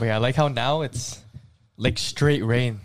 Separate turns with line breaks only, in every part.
Wait, I like how now it's like straight rain.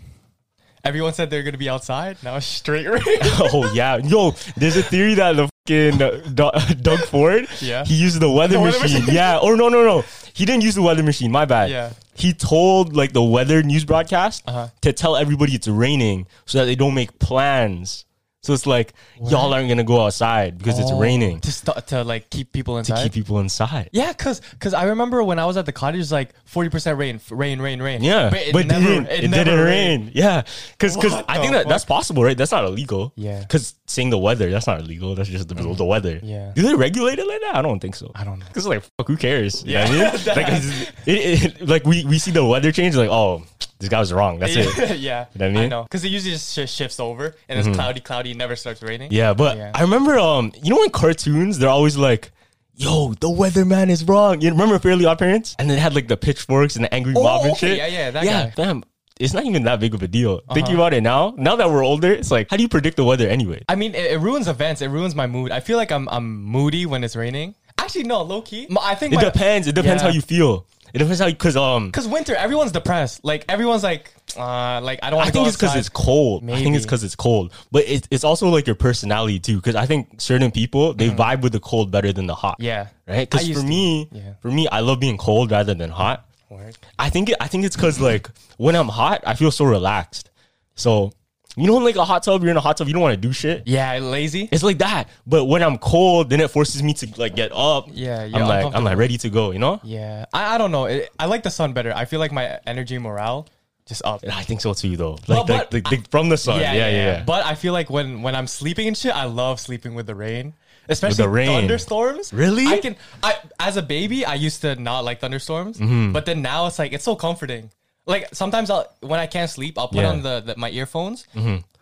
Everyone said they're gonna be outside. Now it's straight rain.
Oh yeah, yo, there's a theory that the fucking uh, Du- Doug Ford,
Yeah.
he used the weather,
The weather
machine.
machine.
Yeah, or no, no, no, he didn't use the weather machine. My bad.
Yeah.
he told like the weather news broadcast
Uh-huh.
to tell everybody it's raining so that they don't make plans. So it's like y'all aren't gonna go outside because it's raining
to st- to like keep people
to
Oh. inside.
keep people inside.
yeah, cause 'cause I remember when I was at the cottage, it was like forty percent rain, f- rain, rain, rain.
Yeah,
but
but,
it
it
never,
didn't. It,
never
didn't
rained.
rain. Yeah, because
What
I
the
think that that's possible, right? That's not illegal.
Yeah. Mm-hmm.
because saying the weather, that's not illegal. That's just the, the weather.
Yeah.
do they regulate it like that? I don't think so.
I don't know.
Because like, fuck, who cares? You know
Yeah.
what I mean? like, it's- it, it, like we we see the weather change, like oh, this guy was wrong. That's it.
yeah,
You know what I mean? Mm-hmm.
know because it usually just sh- shifts over and it's cloudy, cloudy, it never starts raining.
Yeah, but
Yeah.
I remember, um, you know, in cartoons, they're always like. Yo, the weatherman is wrong. You remember Fairly Odd Parents? And they had like the pitchforks and the angry
Oh,
mob and
okay,
shit.
yeah, yeah, that
yeah,
guy. Uh-huh.
fam. It's not even that big of a deal. Thinking about it now, now that we're older, it's like, how do you predict the weather anyway?
I mean, it, it ruins events. It ruins my mood. I feel like I'm I'm moody when it's raining. Actually, no, low key. M- I think
It
my-
depends. It depends
Yeah.
how you feel. It depends how you, cause um,
Cause winter, everyone's depressed. Like everyone's like, uh, like I don't.
I
wanna go
think it's because
outside.
it's cold. I think it's
Maybe.
because it's cold, but it, it's also like your personality too. Because I think certain people they vibe with the cold better than the hot.
Mm-hmm. Yeah.
right.
I
Because
used
for
to.
me,
Yeah.
for me, I love being cold rather than hot.
Word.
I think it, I think it's because like when I'm hot, I feel so relaxed. So you know, in, like a hot tub, you're in a hot tub, you don't want to do shit.
Yeah, lazy.
It's like that. But when I'm cold, then it forces me to like get up.
Yeah, you're
I'm like I'm
uncomfortable.
like ready to go. You know.
yeah, I, I don't know. It, I like the sun better. I feel like my energy morale just up.
I think so too, though.
Well,
Like, like,
but
like, like, from the sun. Yeah, yeah, yeah.
But I feel like when when I'm sleeping and shit, I love sleeping with the rain, especially
rain.
thunderstorms.
Really?
I can. I as a baby, I used to not like thunderstorms,
Mm-hmm.
but then now it's like it's so comforting. Like sometimes I'll when I can't sleep, I'll put
Yeah. Mm-hmm.
on the, the my earphones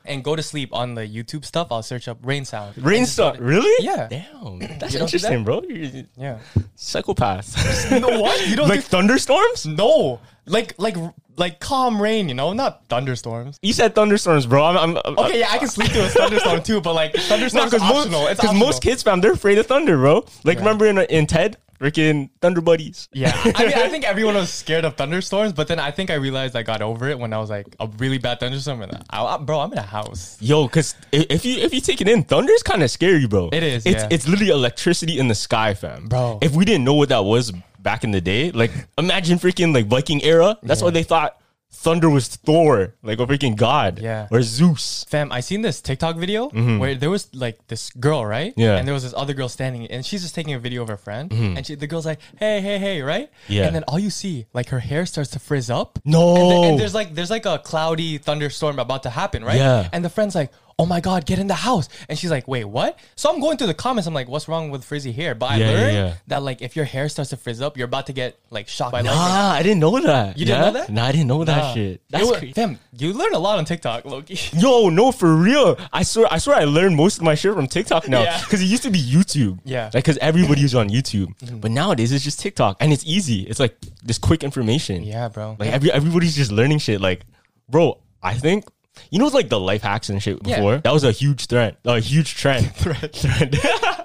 and go to sleep on the YouTube stuff. I'll search up rain sound.
Rain stuff, really?
Yeah.
Damn, that's
You don't do
interesting, bro. You're a
Yeah.
psychopath.
no, what you don't
like
do-
thunderstorms?
No, like like like calm rain, you know, not thunderstorms.
You said thunderstorms, bro. I'm, I'm, I'm
Okay, yeah, I can sleep through a thunderstorm too, but like thunderstorms
because
are optional.
most
it's
because most
optional.
kids, fam, they're afraid of thunder, bro. Like remember in uh, in Ted, freaking thunder buddies.
Yeah, I mean, I think everyone was scared of thunderstorms, but then I think I realized I got over it when I was like a really bad thunderstorm. And I, I, bro, I'm in a house.
Yo, because if you if you take it in, thunder's kind of scary, bro.
It is,
It's
yeah.
it's literally electricity in the sky, fam.
Bro.
if we didn't know what that was back in the day, like imagine freaking like Viking era. That's why they thought thunder was Thor, like a freaking god,
Yeah.
or Zeus.
Fam, I seen this TikTok video where there was like this girl, right?
Mm-hmm. Yeah. Mm-hmm.
And there was this other girl standing, and she's just taking a video of her friend, and she, the girl's like, "Hey, hey, hey," right?
Yeah.
And then all you see, like, her hair starts to frizz up.
No.
And, the- and there's like there's like a cloudy thunderstorm about to happen, right?
Yeah.
And the friend's like, "Oh my god, get in the house!" And she's like, "Wait, what?" So I'm going through the comments. I'm like, "What's wrong with frizzy hair?" But I
Yeah, yeah,
learned
yeah.
that like if your hair starts to frizz up, you're about to get like shocked by lightning.
Ah, I didn't know that.
You didn't
Yeah?
know that?
Nah, I didn't know that
Nah.
shit.
It
That's
wa-
crazy.
fam. You learn a lot on TikTok, Loki.
Yo, no, for real. I swear, I swear, I learned most of my shit from TikTok now
Yeah.
because it used to be YouTube.
Yeah. Mm-hmm.
like because everybody was on YouTube, but nowadays it's just TikTok and it's easy. It's like just quick information.
Yeah, bro.
Like every everybody's just learning shit. Like, bro, I think you know like the life hacks and shit
Yeah.
before. That was a huge threat, a huge trend. threat.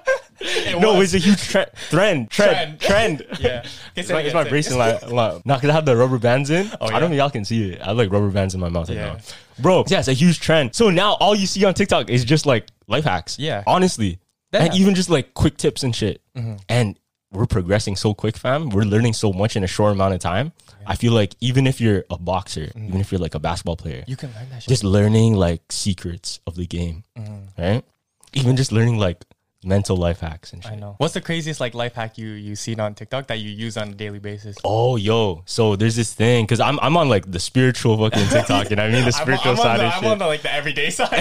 no, it's a huge tre- trend. Trend. Trend.
Yeah. Okay,
It's
say it
my,
again,
it's my
say it
bracelet. Like, like, no, because I have the rubber bands in. I don't
Oh, yeah.
know if y'all can see it. I have like rubber bands in my mouth
Yeah.
right now. Bro, yeah, it's a huge trend. So now all you see on TikTok is just like life hacks.
Yeah. Mm-hmm.
Honestly.
That
and even just like quick tips and shit. And we're progressing so quick, fam. We're learning so much in a short amount of time. I feel like even if you're a boxer, even if you're like a basketball player,
Mm-hmm. You can learn that shit.
just learning like secrets of the game,
Mm-hmm.
right? Even just learning like mental life hacks and shit.
I know. What's the craziest like life hack you you seen on TikTok that you use on a daily basis?
Oh, yo! So there's this thing because I'm I'm on like the spiritual fucking TikTok, and I mean the spiritual side
the,
of
I'm
shit.
on the like the everyday side.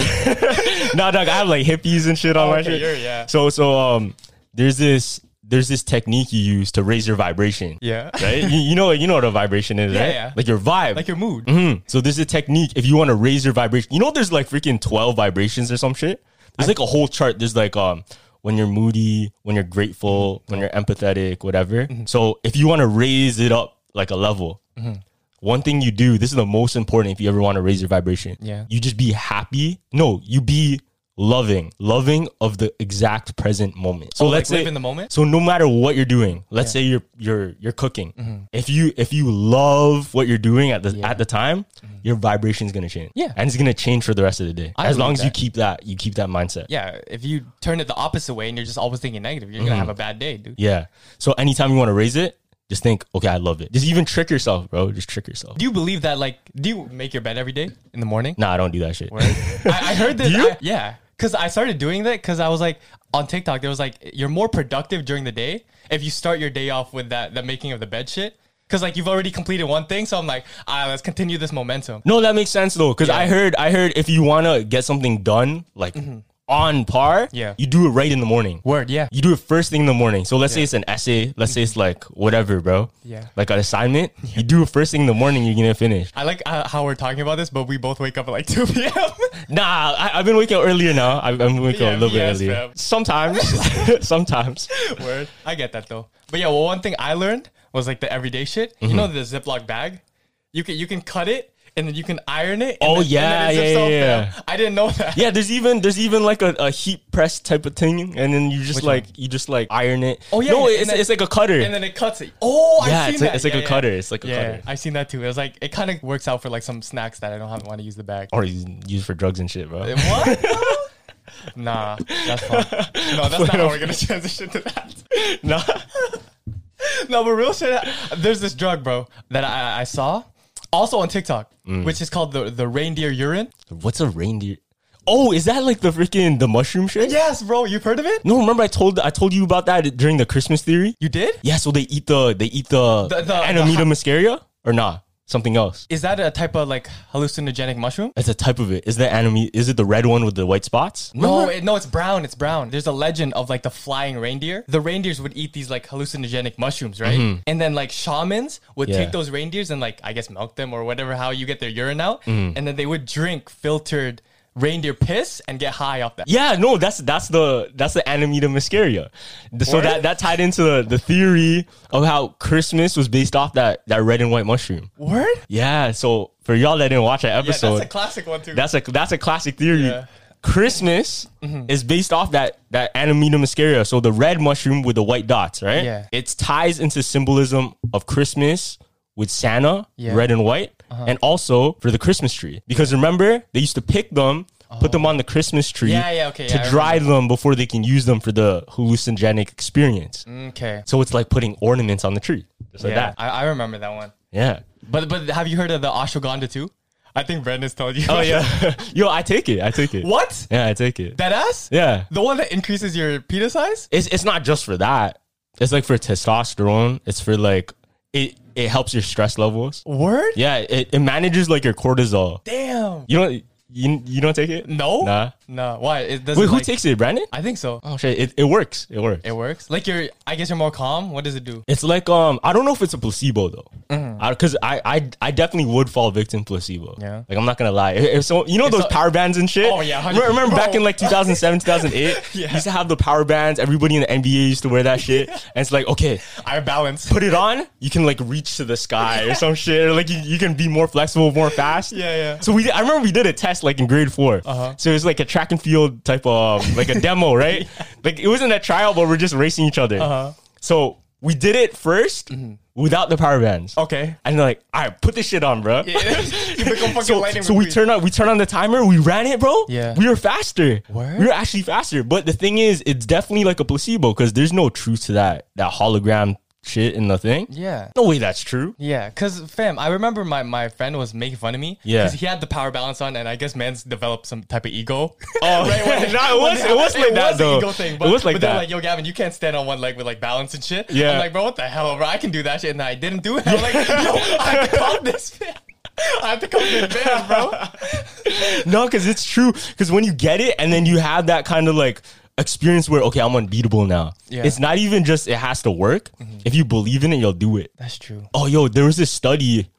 no, dog, I have like hippies and shit on
Oh,
my
okay,
shit.
you're- yeah.
So so um, there's this there's this technique you use to raise your vibration.
Yeah.
Right. you, you know you know what a vibration is, right?
yeah.
Like your vibe.
like your mood. Oh,
Mhm. So there's a technique if you want to raise your vibration. You know, there's like freaking twelve vibrations or some shit. There's like a whole chart. There's like um when you're moody, when you're grateful,
Mm-hmm.
when you're empathetic, whatever. So if you want to raise it up like a level,
Mm-hmm.
one thing you do. This is the most important if you ever want to raise your vibration.
Yeah.
you just be happy. No, you be loving, loving of the exact present moment. So
Oh, like
let's say
live in the moment?
so no matter what you're doing, let's say you're you're you're cooking.
Mm-hmm.
If you if you love what you're doing at the at the time, your vibration's gonna change.
Mm-hmm. Yeah.
and it's gonna change for the rest of the day.
I
as long
believe
as you
that.
keep that you keep that mindset.
Yeah, if you turn it the opposite way and you're just always thinking negative, you're gonna have a bad day, dude.
yeah. So anytime you want to raise it, just think, okay, I love it. Just even trick yourself, bro. Just trick yourself.
Do you believe that? Like, do you make your bed every day in the morning?
nah, I don't do that shit.
I, I heard this.
You?
I- yeah, because I started doing that because I was like on TikTok. There was like you're more productive during the day if you start your day off with that the making of the bed shit. Because like you've already completed one thing, so I'm like, ah, let's continue this momentum.
No, that makes sense though, because
Yeah. Mm-hmm.
I heard I heard if you wanna get something done like on par,
Yeah.
you do it right in the morning.
Word, yeah.
You do it first thing in the morning. So let's say it's an essay. Let's say it's like whatever, bro.
Yeah.
Like an assignment. You do it first thing in the morning. You're gonna finish.
I like uh, how we're talking about this, but we both wake up at like 2 p.m.
Nah, I, I've been waking up earlier now. I've been waking
Yeah,
up a little
yes,
bit earlier.
fam.
Sometimes. Sometimes.
Word. I get that though. But yeah, well, one thing I learned was like the everyday shit. You
Mm-hmm.
know the Ziploc bag? You can you can cut it and then you can iron it. and then-
Oh,
and then
yeah,
it zips
yeah,
up,
yeah,
fam. I didn't know that.
Yeah, there's even there's even like a, a heat press type of thing, and then you just
Which
like
one?
you just like iron it.
Oh, yeah,
no,
and
it's,
then-
it's like a cutter.
And then it cuts it. Oh, I've
Yeah,
seen
it's like-
that.
it's like a
yeah.
cutter. It's like a
yeah,
cutter.
I've seen that too. It was like it kind of works out for like some snacks that I don't have, want to use the bag.
or you use for drugs and shit, bro.
What? nah, that's fun. No, that's not how we're gonna transition to that.
Nah.
No, but real shit. There's this drug, bro, that I, I saw, also on TikTok, which is called the the reindeer urine.
What's a reindeer? Oh, is that like the freaking the mushroom shit?
Yes, bro, you've heard of it?
No, remember I told I told you about that during the Christmas theory.
You did?
Yeah, so they eat the they eat the,
The- the- the
Anomita
hi-
muscaria or nah something else.
Is that a type of like hallucinogenic mushroom?
That's a type of it. Is the anime? Is it the red one with the white spots?
No,
Remember?
it, no, it's brown. It's brown. There's a legend of like the flying reindeer. The reindeers would eat these like hallucinogenic mushrooms, right? And then like shamans would
Mm-hmm. Yeah.
take those reindeers and like I guess milk them or whatever how you get their urine out,
Mm-hmm.
and then they would drink filtered reindeer piss and get high off that.
yeah, no, that's that's the that's the Anomita muscaria. The- So
What?
that that tied into the, the theory of how Christmas was based off that that red and white mushroom.
Word?
Yeah, so for y'all that didn't watch that
Yeah,
episode,
that's a classic one too.
That's a that's a classic theory.
Yeah. Mm-hmm.
Christmas is based off that that Anomita muscaria, so the red mushroom with the white dots, right?
Yeah.
It ties into symbolism of Christmas with Santa,
Yeah. Uh-huh.
red and white, and also for the Christmas tree. Because remember, they used to pick them, put them on the Christmas tree,
Oh. Yeah, yeah, okay,
to
yeah, I
dry them before they can use them for the hallucinogenic experience.
okay.
So it's like putting ornaments on the tree, just like
Mm. yeah,
that.
I, I remember that one.
yeah.
But but have you heard of the ashwagandha too? I think Brendan's told you.
Oh yeah. Yo, I take it. I take it.
what?
Yeah, I take it.
That ass?
yeah.
The one that increases your penis size?
it's it's not just for that. It's like for testosterone. It's for like it it helps your stress levels.
Word?
Yeah, it, it manages like your cortisol.
Damn.
You don't you, you don't take it?
No.
Nah.
No. Why? It doesn't.
Wait, who
like-
takes it, Brandon?
I think so.
Oh shit, it, it works. It works.
It works. Like you're. I guess you're more calm. What does it do?
it's like um I don't know if it's a placebo though.
Mm-hmm.
Because I, I I definitely would fall victim to placebo.
Yeah.
Like I'm not gonna lie. If, if so you know those
so-
power bands and shit?
Oh, yeah,
Remember,
100%.
remember back in
Bro.
like 2007, 2008? Used to have the power bands. Everybody in the NBA used to wear that shit. And it's like, okay,
I balance.
put it on, you can like reach to the sky or some shit. Or like you, you can be more flexible, more fast.
Yeah, Uh-huh. yeah.
So we, I remember we did a test like in grade 4 So it was like a track and field type of um, like a demo, right? Like it wasn't a trial, but we're just racing each other.
Uh-huh.
So we did it 1st without the power bands.
Mm-hmm. Okay.
And they're like, all right, put this shit on, bro.
you become fucking
So,
lightning
so we
McQueen.
turn on we turn on the timer, we ran it, bro.
Yeah.
We were faster.
Word?
We were actually faster. But the thing is, it's definitely like a placebo because there's no truth to that that hologram shit in the thing.
Yeah.
No way that's true.
Yeah, cause fam, I remember my, my friend was making fun of me.
Yeah.
'cause he had the power balance on, and I guess men's developed some type of ego.
Oh, no, it was it was like that
was an
though.
ego thing, but,
it was like
but
that.
they're like, yo, Gavin, you can't stand on one leg with like balance and shit.
Yeah.
I'm like, bro, what the hell, bro? I can do that shit, and I didn't do it. I'm like, yo, I have to call this man. I have to call this man, bro.
no, because it's true. Because when you get it, and then you have that kind of like experience where okay, I'm unbeatable now.
Yeah.
It's not even just it has to work. If you believe in it, you'll do it.
That's true.
Oh, yo, there was this study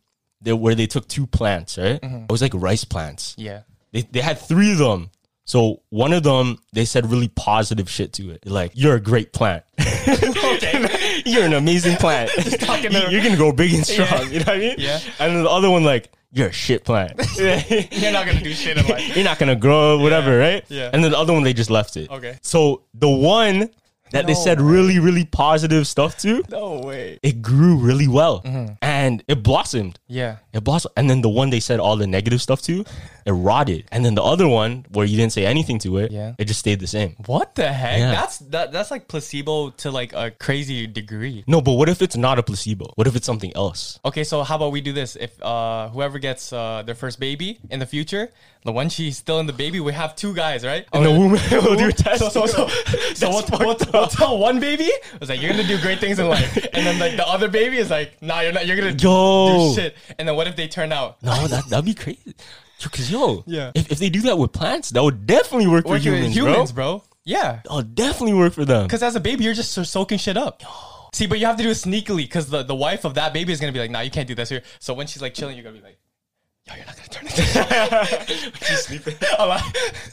that where they took two plants, right? It was like rice plants.
Yeah.
They, they had three of them. So one of them, they said really positive shit to it. Like, you're a great plant. okay. you're an amazing plant.
talking to-
you're going to grow big and strong. You know what I mean?
Yeah.
And then the other one, like, you're a shit plant.
You're not gonna do shit in life.
you're not gonna grow, whatever, right?
yeah.
And then the other one, they just left it.
Okay.
So the one that they
No
said
way.
really, really positive stuff to,
No way.
it grew really well
Mm-hmm.
and it blossomed.
Yeah.
It blossomed. And then the one they said all the negative stuff to, it rotted. And then the other one where you didn't say anything to it,
Yeah.
it just stayed the same.
What the heck?
Yeah.
That's that, that's like placebo to like a crazy degree.
No, but what if it's not a placebo? What if it's something else?
Okay, so how about we do this? If uh, whoever gets uh, their first baby in the future, the one she's still in the baby, we have two guys, right?
And the woman will do a test.
Oh, So, so, so, so we'll, we'll, we'll tell one baby, I was like, you're gonna do great things in life, and then like the other baby is like, nah, you're not, you're gonna
Yo.
do shit. And then what if they turn out?
No, that that'd be crazy. Because yo,
Yeah.
if, if they do that with plants, that would definitely work for
Working with
humans,
humans,
bro.
bro. Yeah,
That'll definitely work for them.
because as a baby, you're just so- soaking shit up. See, but you have to do it sneakily, because the, the wife of that baby is gonna be like, nah, you can't do this here. So when she's like chilling, you're gonna be like, yo, you're not gonna turn it. she's sleeping. I'm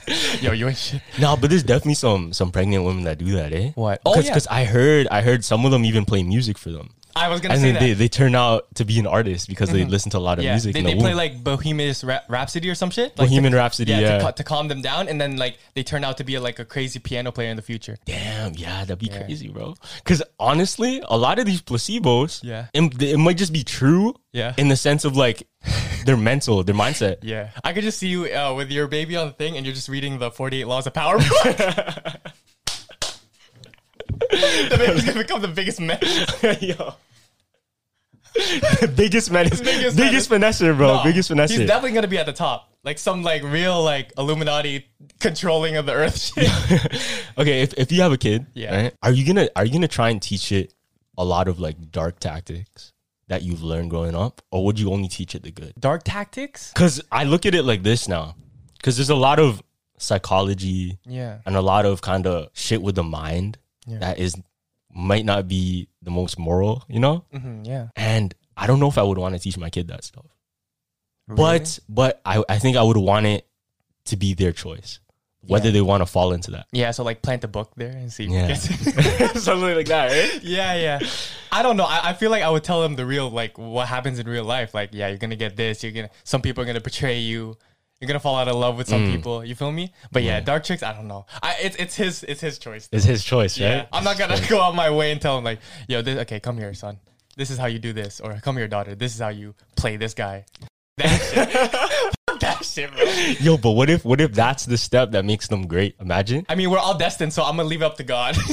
like, yo, you ain't shit.
No, but there's definitely some some pregnant women that do that, eh?
What? Oh,
Because
yeah.
I heard I heard some of them even play music for them,
I was gonna
and
say
then
that. Mm-hmm.
they, they turn out to be an artist because they listen to a lot of
Yeah,
music.
they,
in
they
the
play
womb.
like Bohemian Ra- Rhapsody or some shit. Like
Bohemian Rhapsody.
yeah,
Yeah,
To, ca- to calm them down, and then like they turn out to be like a crazy piano player in the future.
Damn, yeah, that'd be crazy, bro. Because honestly, a lot of these placebos,
Yeah.
it, it might just be true,
Yeah.
in the sense of like their mental, their mindset.
Yeah, I could just see you uh, with your baby on the thing, and you're just reading the 48 Laws of Power. the baby's gonna become the biggest man.
Yo. biggest menace,
Biggest
biggest, finesser, bro,
Nah,
biggest finesser.
He's definitely gonna be at the top, like some like real like Illuminati controlling of the Earth shit.
okay, if, if you have a kid,
Yeah.
right, are you gonna are you gonna try and teach it a lot of like dark tactics that you've learned growing up, or would you only teach it the good?
Dark tactics.
Because I look at it like this now, because there's a lot of psychology,
Yeah.
and a lot of kind of shit with the mind that is might not be the most moral, you know.
Mm, yeah.
And I don't know if I would want to teach my kid that stuff, but but I I think I would want it to be their choice, whether they want to fall into that.
Yeah, so like plant a book there and see.
Yeah.
Yeah.
Something like that, right?
yeah, yeah. I don't know. I, I feel like I would tell them the real, like what happens in real life. Like, yeah, you're gonna get this. You're gonna. Some people are gonna betray you. You're gonna fall out of love with some
Mm.
people. You feel me? But yeah, dark tricks. I don't know. I it's it's his it's his choice.
It's his choice, right?
yeah, I'm not gonna go out my way and tell him like, yo, this, okay, come here, son. This is how you do this, or come here, daughter. This is how you play this guy. That shit. Fuck that shit, bro.
Yo, but what if what if that's the step that makes them great? Imagine.
I mean, we're all destined, so I'm gonna leave it up to God.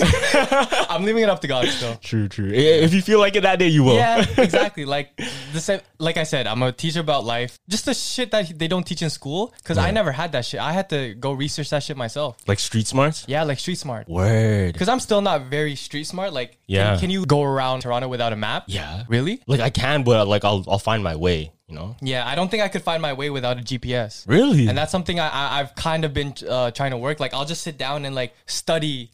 I'm leaving it up to God still.
True, true. I- If you feel like it that day, you will.
Yeah, exactly. Like the same, like I said, I'm a teacher about life. Just the shit that they don't teach in school, because I never had that shit. I had to go research that shit myself.
Like street smarts.
Yeah, like street smart.
Word.
Because I'm still not very street smart. Like, can-
Yeah.
can, you go around Toronto without a map?
Yeah.
Really?
Like I can, but like I'll I'll find my way. You know.
Yeah, I don't think I could find my way without a GPS.
Really?
And that's something I, I, I've kind of been uh, trying to work. Like, I'll just sit down and like study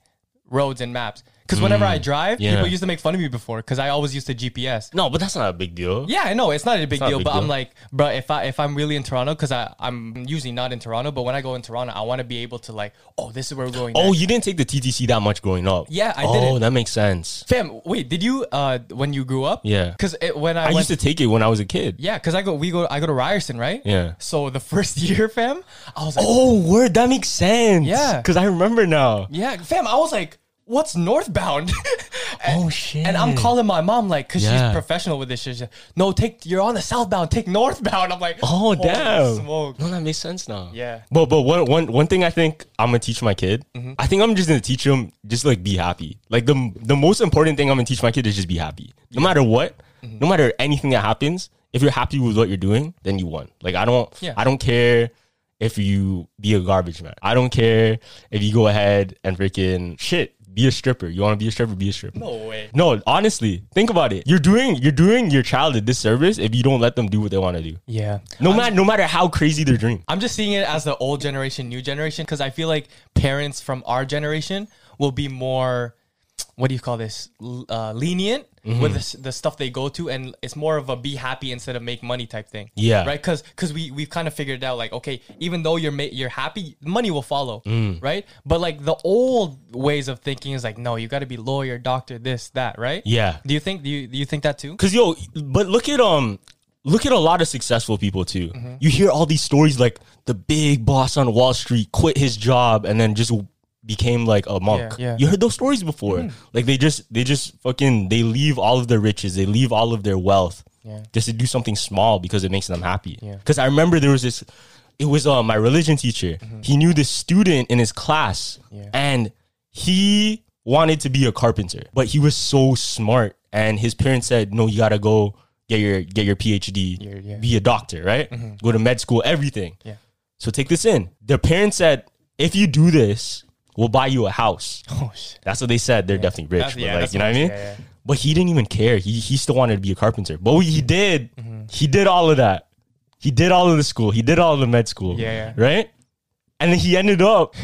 roads and maps. Because whenever I drive,
Mm. yeah.
people used to make fun of me before because I always used to GPS.
No, but that's not a big deal.
Yeah, I know it's not a big
not a
deal,
big
but I'm
deal.
like, bro, if I if I'm really in Toronto, because I I'm usually not in Toronto, but when I go in Toronto, I want to be able to like, oh, this is where we're going.
Oh,
next.
you didn't take the TTC that much growing up.
Yeah, I
oh,
didn't.
Oh, that makes sense.
fam, wait, did you uh when you grew up?
Yeah.
because when I,
I
went,
used to take it when I was a kid.
yeah, because I go we go I go to Ryerson, right?
Yeah.
So the first year, fam, I was like,
Oh, word, that makes sense.
Yeah.
Because I remember now.
Yeah, fam, I was like, what's northbound? And-
Oh, shit.
And I'm calling my mom like, cause
Yeah.
she's professional with this shit. She's like, no, take you're on the southbound, take northbound. I'm like,
Oh,
holy
damn.
smoke.
No, that makes sense now.
Yeah. Mm-hmm.
But but one one one thing I think I'm gonna teach my kid. I think I'm just gonna teach him just like be happy. Like the the most important thing I'm gonna teach my kid is just be happy. No matter what,
Mm-hmm.
no matter anything that happens, if you're happy with what you're doing, then you won. Like I don't
Yeah.
I don't care if you be a garbage man. I don't care if you go ahead and freaking shit. Be a stripper. You want to be a stripper? Be a stripper.
No way.
No, honestly, think about it. You're doing you're doing your child a disservice if you don't let them do what they want to do.
Yeah.
No matter no matter how crazy their dream.
I'm just seeing it as the old generation, new generation, because I feel like parents from our generation will be more, what do you call this, L- uh, lenient
Mm-hmm.
with the, s- the stuff they go to, and it's more of a be happy instead of make money type thing.
Yeah.
right. Because we we've kind of figured out like okay, even though you're ma- you're happy, money will follow,
Mm.
right? But like the old ways of thinking is like no, you got to be lawyer, doctor, this that, right?
Yeah.
Do you think do you do you think that too?
Cause yo, but look at um look at a lot of successful people too.
Mm-hmm.
You hear all these stories like the big boss on Wall Street quit his job and then just became like a monk.
yeah.
You heard those stories before. Like they just they just fucking they leave all of their riches, they leave all of their wealth just to do something small because it makes them happy. Cause I remember there was this it was uh, my religion teacher. He knew this student in his class and he wanted to be a carpenter, but he was so smart. And his parents said, "No, you gotta go get your get your PhD, be a doctor, right? Go to med school, everything." Yeah. So take this in. The parents said, "If you do this, we'll buy you a house."
Oh shit.
That's what they said. They're definitely
That's-
rich, but
yeah,
like
that's
you know what I mean.
much- yeah, Mm-hmm. yeah.
But he didn't even care. He he still wanted to be a carpenter. But what he did, he did all of that. He did all of the school. He did all of the med school.
Yeah, yeah.
Right. And then he ended up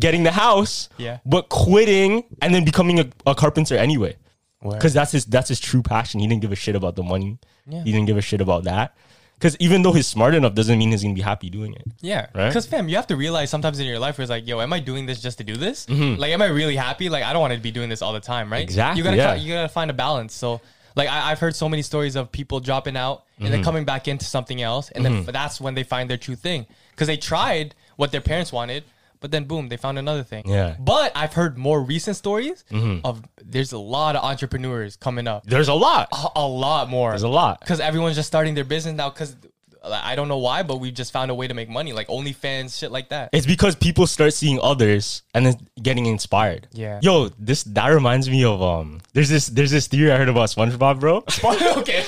getting the house.
Yeah.
But quitting and then becoming a, a carpenter anyway.
Word.
Because that's his that's his true passion. He didn't give a shit about the money. He didn't give a shit about that. Because even though he's smart enough, doesn't mean he's gonna be happy doing it.
Yeah,
Right?
Because fam, you have to realize sometimes in your life where it's like, yo, am I doing this just to do this? Like, am I really happy? Like, I don't want to be doing this all the time, right?
Mm-hmm. Exactly,
You gotta
yeah.
fi- you gotta find a balance. So, like, I, I've heard so many stories of people dropping out and
Mm-hmm.
then coming back into something else, and then f- that's when they find their true thing because they tried what their parents wanted. But then, boom, they found another thing.
Yeah. Mm-hmm.
But I've heard more recent stories of there's a lot of entrepreneurs coming up,
There's a lot.
a, a lot more.
There's a lot.
Because everyone's just starting their business now. Because I don't know why, but we've just found a way to make money, like OnlyFans, shit like that.
It's because people start seeing others and then getting inspired.
Yeah.
Yo, this that reminds me of um. There's this there's this theory I heard about SpongeBob, bro.
okay.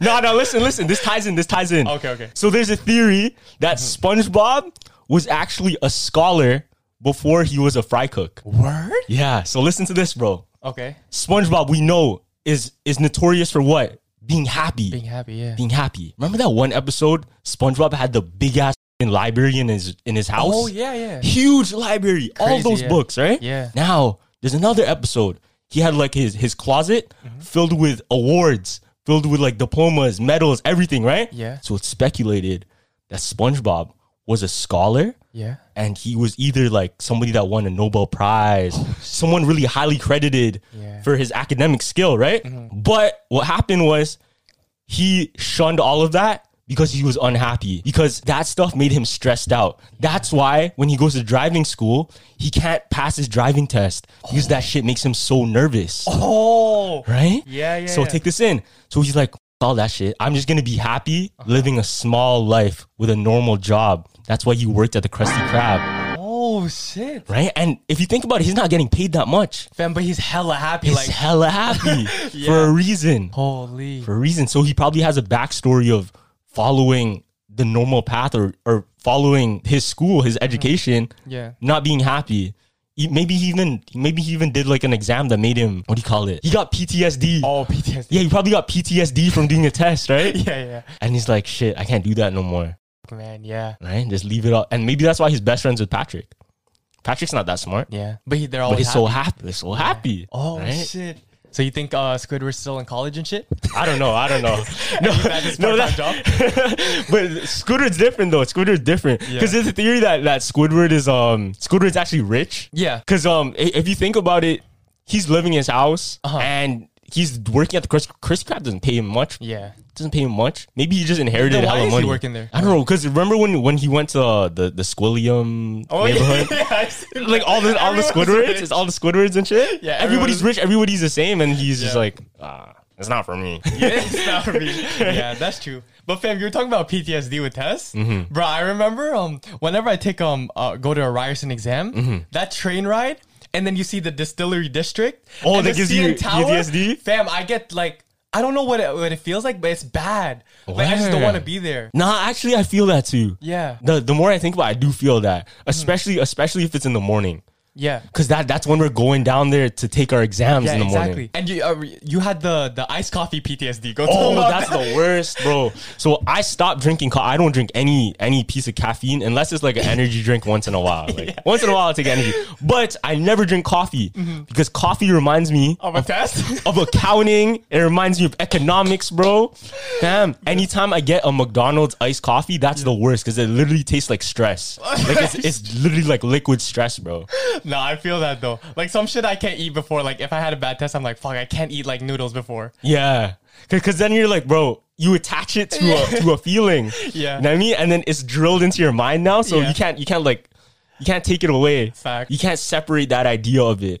no, no, listen, listen. This ties in. This ties in.
Okay, okay.
So there's a theory that SpongeBob was actually a scholar before he was a fry cook.
Word.
Yeah. So listen to this, bro.
Okay.
SpongeBob, we know is is notorious for what? Being happy.
Being happy, yeah.
Being happy. Remember that one episode? SpongeBob had the big ass library in his in his house.
Oh yeah, yeah.
Huge library, all
Crazy,
those
yeah.
books, right?
Yeah.
Now there's another episode. He had like his his closet
Mm-hmm.
filled with awards, filled with like diplomas, medals, everything, right?
Yeah.
So it's speculated that SpongeBob was a scholar
Yeah.
and he was either like somebody that won a Nobel Prize, someone really highly credited
Yeah. Mm-hmm.
for his academic skill, right? But what happened was he shunned all of that because he was unhappy, because that stuff made him stressed out. That's why when he goes to driving school, he can't pass his driving test because that shit makes him so nervous
Oh.
right?
Yeah, yeah,
So
yeah.
take this in. So he's like, "F- all that shit. I'm just gonna be happy
Uh-huh.
living a small life with a normal job. That's why you worked at the Krusty Krab,
Oh shit.
right? And if you think about it, he's not getting paid that much.
Fam, but he's hella happy.
He's
like
hella happy for a reason.
holy.
For a reason. So he probably has a backstory of following the normal path or or following his school, his education,
Mm-hmm. Yeah.
not being happy. He- Maybe he even maybe he even did like an exam that made him what do you call it? He got PTSD.
Oh PTSD.
Yeah, you probably got PTSD from doing a test, right?
Yeah,
And he's like, shit, I can't do that no more.
yeah. Man, yeah.
Right? Just leave it all. And maybe that's why he's best friends with Patrick. Patrick's not that smart.
Yeah, but he, they're
But
always
he's so
happy.
happy, so happy.
Oh
right?
shit! So you think uh, Squidward's still in college and shit?
I don't know. I don't know. no,
That is
no,
part-time
that,
job.
but Squidward's different though. Squidward's different
Yeah.
because there's a theory that that Squidward is um Squidward's actually rich.
Yeah.
Because um i- if you think about it, he's living in his house
Uh-huh.
and he's working at the Chris Chris Crab doesn't pay him much.
Yeah.
Doesn't pay him much. Maybe he just inherited
Then why
hella
is he
money.
working there?
I don't know. Because remember when when he went to uh, the the Squilliam
Oh,
neighborhood. Like all the all the Squidwards, it's all the Squidwards and shit.
Yeah,
everybody's
everyone's-
rich. Everybody's the same, and he's just
Yeah.
like, ah, it's not for me.
It's not for me. yeah, that's true. But fam, you were talking about PTSD with tests,
Mm-hmm.
bro. I remember um whenever I take um uh, go to a Ryerson exam,
Mm-hmm.
that train ride, and then you see the distillery district.
Oh,
and
that
the
gives
CN
you PTSD?
fam. I get like I don't know what it, what it feels like, but it's bad. Like I just don't
Where?
want to be there.
Nah, actually, I feel that too.
Yeah.
The the more I think about, it, I do feel that, especially especially if it's in the morning,
Yeah.
because that that's when we're going down there to take our exams
Yeah,
in the
exactly.
morning.
And you uh, you had the the iced coffee PTSD. Go tell
Oh,
them about
that's
that.
the worst, bro. So I stopped drinking. Co- I don't drink any any piece of caffeine unless it's like an energy drink once in a while. Like once in a while, I take energy, but I never drink coffee because coffee reminds me
Mm-hmm. of a test.
of accounting. It reminds me of economics, bro. Damn. Anytime I get a McDonald's iced coffee, that's the worst because it literally tastes like stress. Like it's, it's literally like liquid stress, bro.
no, I feel that though. Like some shit I can't eat before. Like if I had a bad test, I'm like, fuck, I can't eat like noodles before.
Yeah. Because then you're like, bro, you attach it to a to a feeling.
Yeah.
You know what I mean? And then it's drilled into your mind now, so
Yeah.
you can't you can't like you can't take it away.
Fact.
You can't separate that idea of it.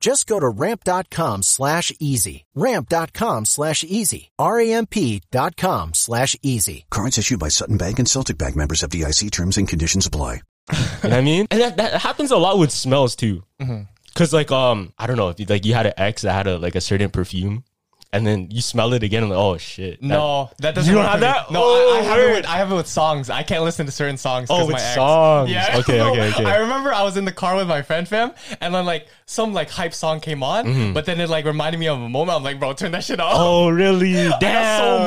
Just go to ramp.com slash easy. Ramp.com slash easy. R-A-M-P dot com slash easy.
Cards issued by Sutton Bank and Celtic Bank members of DIC terms and conditions apply.
You know what I mean? And that, that happens a lot with smells too.
Mm-hmm.
Cause like um, I don't know if you, like you had an ex that had a like a certain perfume, and then you smell it again and like oh shit. that-
No, that doesn't.
You don't
work
have
for me.
that?
No, I,
Oh,
I have it.
word.
With, I have it with songs. I can't listen to certain songs. 'cause
Oh, with
my ex.
songs.
Yeah.
Okay,
no,
okay, okay.
I remember I was in the car with my friend, fam, and then like some like hype song came on, but then it like reminded me of a moment. I'm like, bro, turn that shit off.
Mm-hmm. Oh really? Damn.
I got so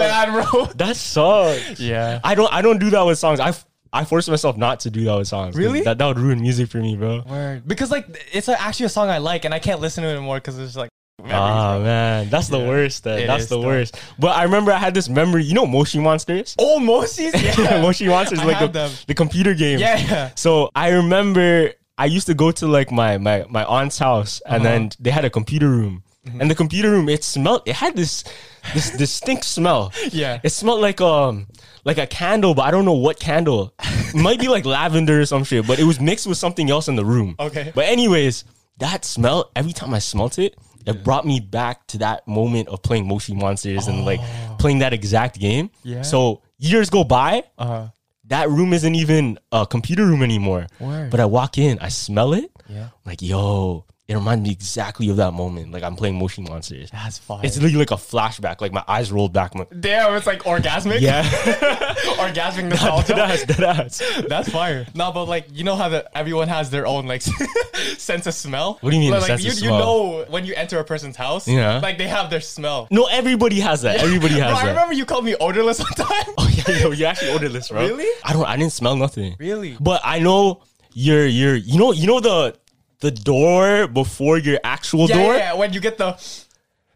mad, bro.
That sucks.
Yeah.
I don't. I don't do that with songs. I f- I force myself not to do that with songs. 'cause
Really?
That that would ruin music for me, bro.
Because like it's like, actually a song I like, and I can't listen to it anymore because it's like. memories,
Ah
bro.
man, that's the worst. Then.
It
That's
is
the
though.
worst. But I remember I had this memory. You know Moshi Monsters?
Oh, Moses. Yeah.
Moshi Monsters
I
is like
have
the,
them.
the computer game.
Yeah, yeah.
So I remember I used to go to like my my my aunt's house,
Uh-huh.
and then they had a computer room.
Mm-hmm.
And the computer room, it smelled. It had this this distinct smell.
Yeah.
it smelled like um like a candle, but I don't know what candle. It might be like lavender or some shit, but it was mixed with something else in the room.
Okay.
But anyways, that smell. Every time I smelt it, it brought me back to that moment of playing Moshi Monsters and like playing that exact game.
Oh. Yeah.
So years go by. Uh-huh. That room isn't even a computer room anymore.
Word.
But I walk in, I smell it.
Yeah.
Like yo, it reminds me exactly of that moment. Like I'm playing Moshi Monsters.
That's fire.
It's literally like a flashback. Like my eyes rolled back. I'm like,
Damn, it's like orgasmic.
yeah,
orgasmic nostalgia.
that ass, that ass.
That's fire. No, but like you know how the, everyone has their own like sense of smell.
What do you mean,
Like,
sense of
you,
smell?
you know when you enter a person's house,
Yeah.
like they have their smell.
No, everybody has that. Everybody
Bro,
has
I
that.
remember you called me odorless one time.
Oh yeah, yo, you actually ordered this, bro.
Really?
I don't. I didn't smell nothing.
Really?
But I know your your you know you know the the door before your actual
yeah,
door.
yeah, yeah, when you get the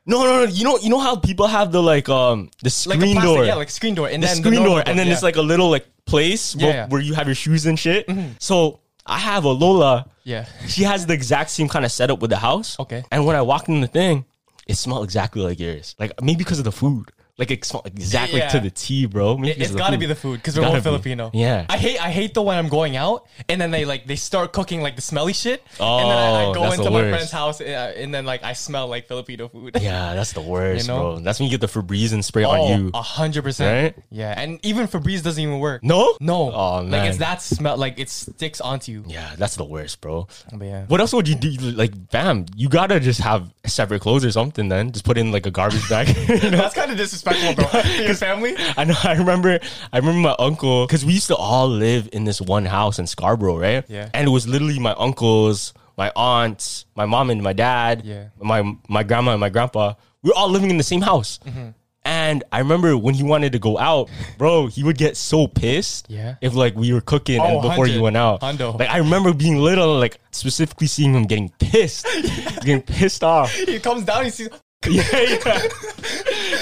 No, no, no. You know you know how people have the like um the
like
screen
a plastic,
door,
yeah, like screen door, and
the
then
screen
normal
door, and then
yeah.
it's like a little like place
Yeah,
where,
yeah. Mm-hmm.
where you have your shoes and shit. So I have a Lola.
Yeah.
She has the exact same kind of setup with the house.
Okay.
And when I walked in the thing, it smelled exactly like yours. Like maybe because of the food. Like it smelled exactly
Yeah.
to the T, bro. Maybe
It,
because
has
of
got to be the food because we're
Gotta
both
be.
Filipino.
Yeah.
I hate I hate though when I'm going out and then they like they start cooking like the smelly shit. and then I,
Oh,
I go
that's the
into my
worst.
friend's house and, uh, and then like I smell like Filipino food.
Yeah, that's the worst,
You know?
bro. That's when you get the Febreze and spray
Oh,
on you.
a hundred percent.
Right?
Yeah, and even Febreze doesn't even work.
No?
no.
Oh,
like
man.
it's that smell. Like it sticks onto you.
Yeah, that's the worst, bro.
Oh, But yeah.
What else would you do? Like, bam, you gotta just have separate clothes or something. Then just put in like a garbage bag. you know?
That's kind of disrespectful, bro. To Your family.
I know. I remember. I remember my uncle because we used to all live in this one house in Scarborough, right?
Yeah.
And it was literally my uncles, my aunts, my mom and my dad,
Yeah.
my my grandma and my grandpa. We were all living in the same house.
Mm-hmm.
And I remember when he wanted to go out, bro, he would get so pissed.
Yeah.
If like we were cooking
Oh,
and before
100.
you went out.
Hundo.
Like I remember being little, like specifically seeing him getting pissed. getting pissed off.
He comes down. He sees.
yeah, yeah.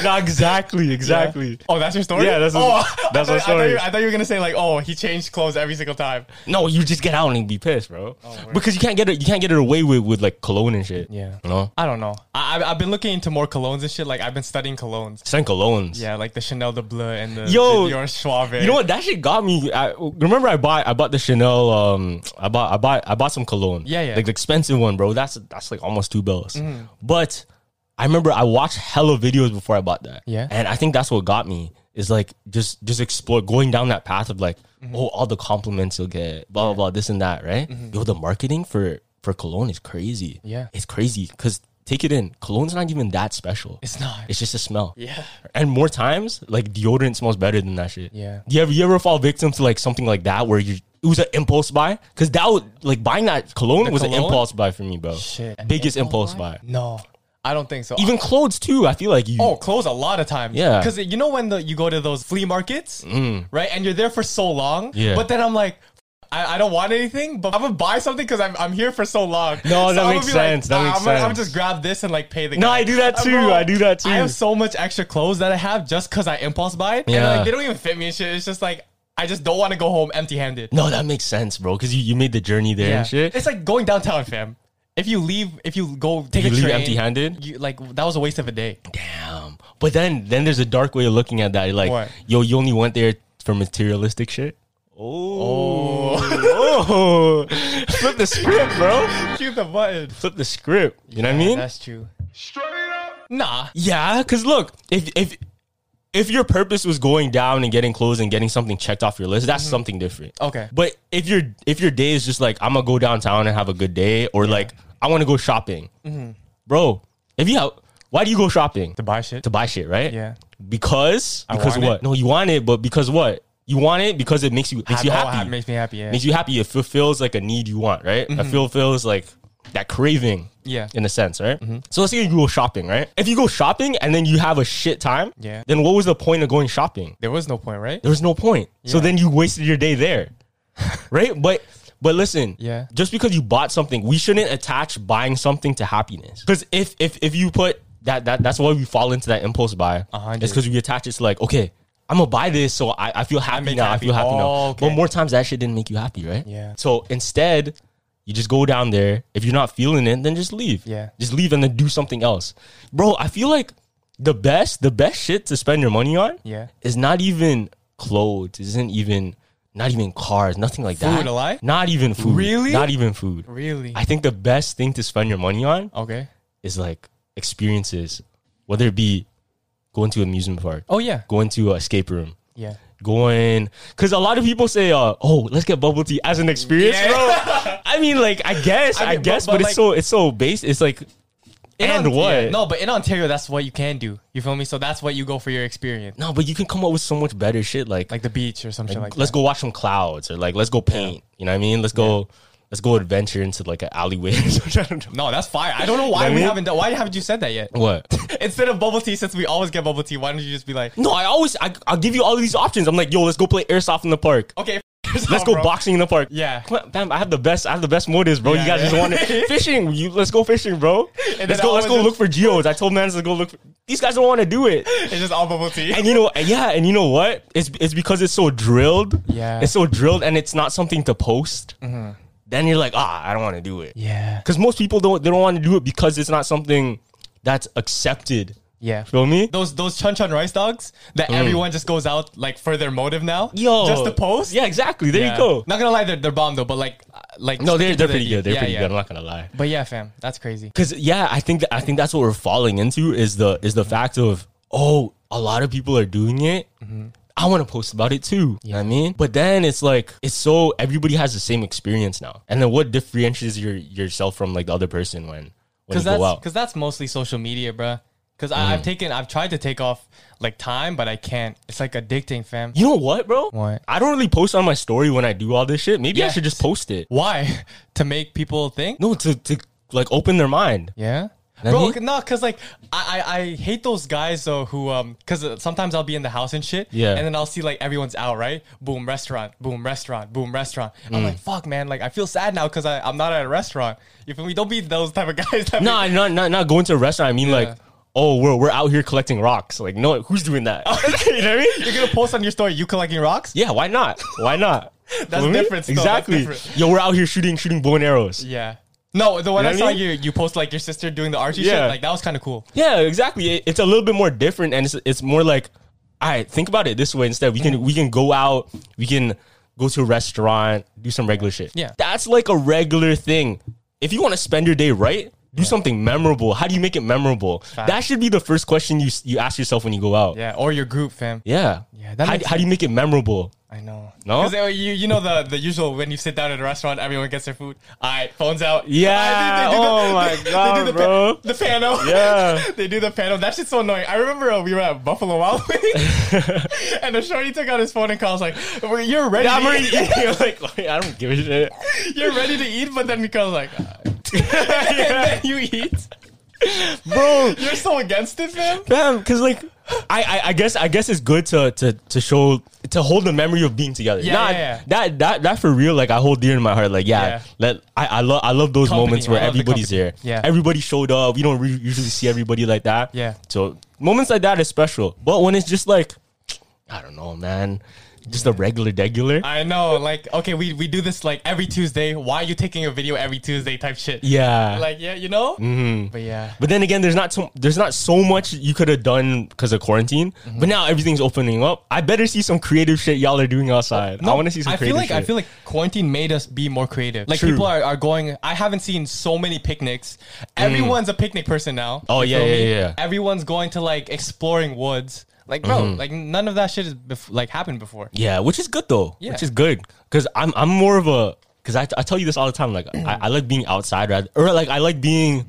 no, exactly, exactly.
Oh, that's your story.
Yeah, that's his-
oh,
that's
I thought- I
our
thought,
story.
you, I thought you were gonna say like, oh, he changed clothes every single time.
No, you just get out and be pissed, bro. because you can't get it, you can't get it away with with like cologne and shit.
Yeah.
you know,
I don't know. I, I've- I've been looking into more colognes and shit. Like I've been studying colognes.
send colognes.
Yeah, like the Chanel de Bleu and the,
Yo,
the Dior Suave.
You know what? That shit got me. I, remember, I bought I bought the Chanel. Um, I bought I bought I bought some cologne.
Yeah, yeah. Mm-hmm.
Like the expensive one, bro. That's that's like almost two bills. But I remember I watched hella videos before I bought that.
Yeah.
and I think that's what got me is like just just explore going down that path of like
Mm-hmm.
oh all the compliments you'll get blah blah blah this and that right. Yo, the marketing for for cologne is crazy.
Yeah.
it's crazy because take it in, cologne's not even that special.
It's not.
It's just a smell.
Yeah.
And more times, like deodorant smells better than that shit.
Yeah.
Do you ever you ever fall victim to like something like that where you it was an impulse buy? Because that would like buying that cologne was an
cologne?
impulse buy for me, bro.
Shit. An
Biggest impulse, buy.
No, I don't think so.
Even clothes too. I feel like you.
Oh, clothes a lot of times.
Mm. Yeah. Mm.
Because you know when the, you go to those flea markets, right? And you're there for so long.
Yeah.
But then I'm like, I, I don't want anything, but I'm gonna buy something because I'm, I'm here for so long.
No,
So
that
I'ma
makes
be like,
sense. That
"Ah,
makes
I'm gonna, I'm
sense.
just grab this and like pay the.
No,
guy."
I do that
Uh,
too. I do that
I have
too.
so much extra clothes that I have just because I impulse buy it, and
Yeah.
like they don't even fit me and shit. It's just like I just don't want to go home empty-handed.
no, that makes sense, bro. Because you, you made the journey there and shit.
It's like going downtown, fam. If you leave, if you go take
You
a
leave
train,
empty-handed?
you- like that was a waste of a day.
Damn. But then then there's a dark way of looking at that. Like
What?
yo, you only went there for materialistic shit. Oh. oh. Flip the script, bro.
Cue the button.
Flip the script. You know what I mean?
That's true. Nah.
Yeah, because look, if if if your purpose was going down and getting clothes and getting something checked off your list, that's something different.
Okay.
But if your if your day is just like I'm gonna go downtown and have a good day, or like I want to go shopping, bro. If you have, why do you go shopping
To buy shit.
to buy shit, right?
Yeah.
Because because
want
what?
it.
No, you want it, but because what? You want it because it makes you makes you
Oh,
happy.
ha- makes me happy. Yeah. Mm-hmm.
Makes you happy. It fulfills like a need you want, right? It fulfills like that craving.
Yeah. Mm-hmm.
In a sense, right? So let's say you go shopping, right? If you go shopping and then you have a shit time,
Yeah.
then what was the point of going shopping?
there was no point, right?
There was no point. So then you wasted your day there. right? But but listen,
Yeah.
just because you bought something, we shouldn't attach buying something to happiness. Because if if if you put that that that's why we fall into that impulse buy.
hundred.
It's because we attach it to like, okay, I'm gonna buy this, so I, I feel happy
make
now.
happy.
I feel happy now.
Oh, okay.
But more times that shit didn't make you happy, right?
Yeah.
So instead, you just go down there. If you're not feeling it, then just leave.
Yeah.
Just leave and then do something else. Bro, I feel like the best, the best shit to spend your money on
Yeah.
is not even clothes, isn't even not even cars, nothing like that.
Food, a lie?
Not even food.
Really?
Not even food.
Really?
I think the best thing to spend your money on
okay.
is like experiences. Whether it be going to amusement park,
Oh yeah.
going to a escape room,
Yeah.
going. Because a lot of people say, uh, "Oh, let's get bubble tea as an experience,
Yeah.
bro." I mean, like, I guess,
I
I,
mean, but-
guess,
but
but,
like-
it's so it's so base. It's like,
In
and
Ont-
what?
yeah, no, but in Ontario, that's what you can do. You feel me? So that's what you go for your experience,
no, but you can come up with so much better shit. Like,
like the beach or something like.
let's
that.
go watch some clouds, or like, let's go paint. You know what I mean? Let's go, let's go adventure into like an alleyway.
No, that's fire. I don't know why
Like
we
me?
haven't done. Why haven't you said that yet?
what?
Instead of bubble tea, since we always get bubble tea, why don't you just be like,
No, I always I, I'll give you all of these options. I'm like, yo, let's go play airsoft in the park.
okay, f-
Let's
yourself,
go
Oh, bro.
boxing in the park.
Yeah.
Come on, Bam, I have the best. I have the best motives, bro.
Yeah,
you guys
yeah.
just want to fishing. You let's go fishing, bro.
And then
let's
I
go. Let's go
always
look for geodes. I told man to go look. For, these guys don't want to do it.
It's just all bubble tea.
And you know, and yeah, and you know what? It's it's because it's so drilled.
Yeah. Mm-hmm.
it's so drilled, and it's not something to post. Then you're like, ah, I don't want to do it.
yeah,
because most people don't. They don't want to do it because it's not something that's accepted.
yeah.
Feel me?
Those those chun chun rice dogs that everyone just goes out like for their motive now.
Mm. Yo,
just to post.
Yeah, exactly. There
Yeah.
you go.
Not gonna lie, they're, they're bomb though. But like, uh, like
No, they're
sticking
they're
to
pretty
their
good. They're
yeah,
pretty
yeah.
good. I'm not gonna lie.
But yeah, fam, that's crazy.
Cause yeah, I think that I think that's what we're falling into is the is the fact of oh, a lot of people are doing it.
Mm-hmm.
I want to post about it too. You know what I mean? But then it's like it's so everybody has the same experience now. And then what differentiates your yourself from like the other person when when
Because
you
that's
go out? Mm.
because that's mostly social media, bruh. Because I've taken, I've tried to take off like time, but I can't. It's like addicting, fam.
You know what, bro?
What?
I don't really post on my story when I do all this shit. Maybe I
Yes.
should just post it.
Why? to make people think?
No, to to like open their mind.
Yeah.
Let
Bro,
me-
c- no, cause like I, I I hate those guys though who um cause uh, sometimes I'll be in the house and shit
Yeah.
and then I'll see like everyone's out right boom restaurant boom restaurant boom restaurant I'm like
Mm.
fuck man like I feel sad now cause I I'm not at a restaurant you feel me don't be those type of guys that
No,
make-
not not not going to a restaurant. I mean,
Yeah.
like, oh, we're we're out here collecting rocks. Like, no, who's doing that? you know what I mean?
you're gonna post on your story you collecting rocks
Yeah, why not? Why not?
That's
Feel me?
different still, that's
Exactly.
different.
Yo, we're out here shooting shooting bow and arrows. Yeah,
yeah no the one I
You know what
saw
I mean?
you you post like your sister doing the Archie
Yeah.
shit like that was kind of cool
exactly. It- it's a little bit more different, and it's it's more like, all right, think about it this way instead. We can we can go out. We can go to a restaurant, do some regular shit.
Yeah.
that's like a regular thing. If you want to spend your day right. Do something memorable. How do you make it memorable? That should be the first question you s- you ask yourself when you go out.
yeah or your group fam
Yeah.
Yeah, that
how,
makes
how do you make it memorable?
I know.
No?
Because you, you know the, the usual when you sit down at a restaurant, everyone gets their food. All right, phones out.
Yeah, oh my God,
the,
bro.
the panel.
Yeah.
they do the panel. That shit's so annoying. I remember uh, we were at Buffalo Wild Wings, and the shorty took out his phone and calls like, "Well, "You're ready.
I'm already
to eat.
eating. I'm like, like, I don't give a shit.
You're ready to eat," but then he calls like, "Uh," and then you eat.
Bro,
You're so against it, fam.
damn, cause like I, I, I guess I guess it's good to to to show to hold the memory of being together.
Yeah,
Nah,
yeah, yeah.
That that that for real, like I hold dear in my heart. Like, yeah,
Yeah.
let I, I love I love those
Company,
moments
I
where
love the
everybody's
company.
there.
Yeah.
Everybody showed up. We don't re- usually see everybody like that.
Yeah.
So moments like that is special. But when it's just like I don't know, man. Just a regular degular.
I know. Like, okay, we we do this like every Tuesday. Why are you taking a video every Tuesday? Type shit.
yeah. Mm-hmm.
Like, yeah, you know. But yeah.
But then again, there's not so there's not so much you could have done because of quarantine. But
Mm-hmm.
now everything's opening up. I better see some creative shit y'all are doing outside. I want to see some.
I feel
creative
like I
shit.
feel like quarantine made us be more creative. Like
True. Mm.
people are, are going. I haven't seen so many picnics. Everyone's a picnic person now.
Oh,
You
yeah,
feel
yeah,
me?
yeah, yeah.
Everyone's going to like exploring woods. Like bro,
Mm-hmm.
like none of that shit is bef- like happened before.
yeah, which is good though.
Yeah.
Which is good because I'm I'm more of a because I, I tell you this all the time. Like I, I like being outside rather or like I like being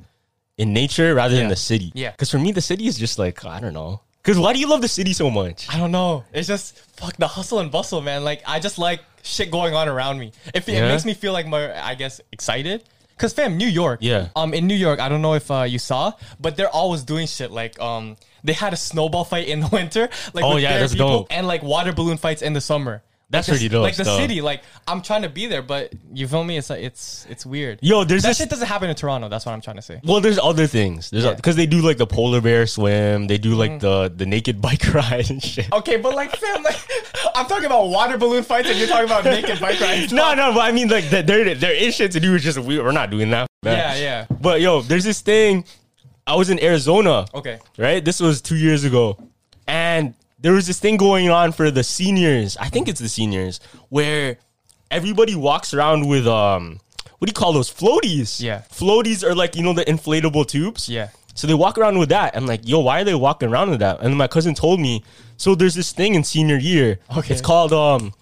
in nature rather than the city.
Yeah.
Because for me, the city is just like I don't know. Because why do you love the city so much?
I don't know. It's just fuck the hustle and bustle, man. Like I just like shit going on around me. If it,
Yeah?
makes me feel like more, I guess excited. Cause fam, New York.
Yeah.
Um, in New York, I don't know if uh, you saw, but they're always doing shit. Like um, they had a snowball fight in the winter. Like
Oh,
with
yeah,
bare
that's
people,
dope.
And like water balloon fights in the summer.
That's
Like,
pretty
this-
dope
Like the
stuff.
city. Like I'm trying to be there, but you feel me? It's like, it's it's weird.
Yo, there's
that
this-
shit doesn't happen in Toronto. That's what I'm trying to say.
Well, there's other things. There's
Yeah. Mm-hmm.
because they do like the polar bear swim. They do like the the naked bike ride and shit.
Okay, but like, fam, like, I'm talking about water balloon fights, and you're talking about naked bike rides.
No, no, but I mean, like, th- there, there is shit to do. It's just we, we're not doing that.
Yeah, yeah.
But yo, there's this thing. I was in Arizona.
Okay.
Right? This was two years ago. And there was this thing going on for the seniors. I think it's the seniors where everybody walks around with, um, what do you call those? Floaties.
Yeah.
Floaties are like, you know, the inflatable tubes.
Yeah.
So they walk around with that. I'm like, yo, why are they walking around with that? And then my cousin told me. So there's this thing in senior year.
Okay.
It's called um,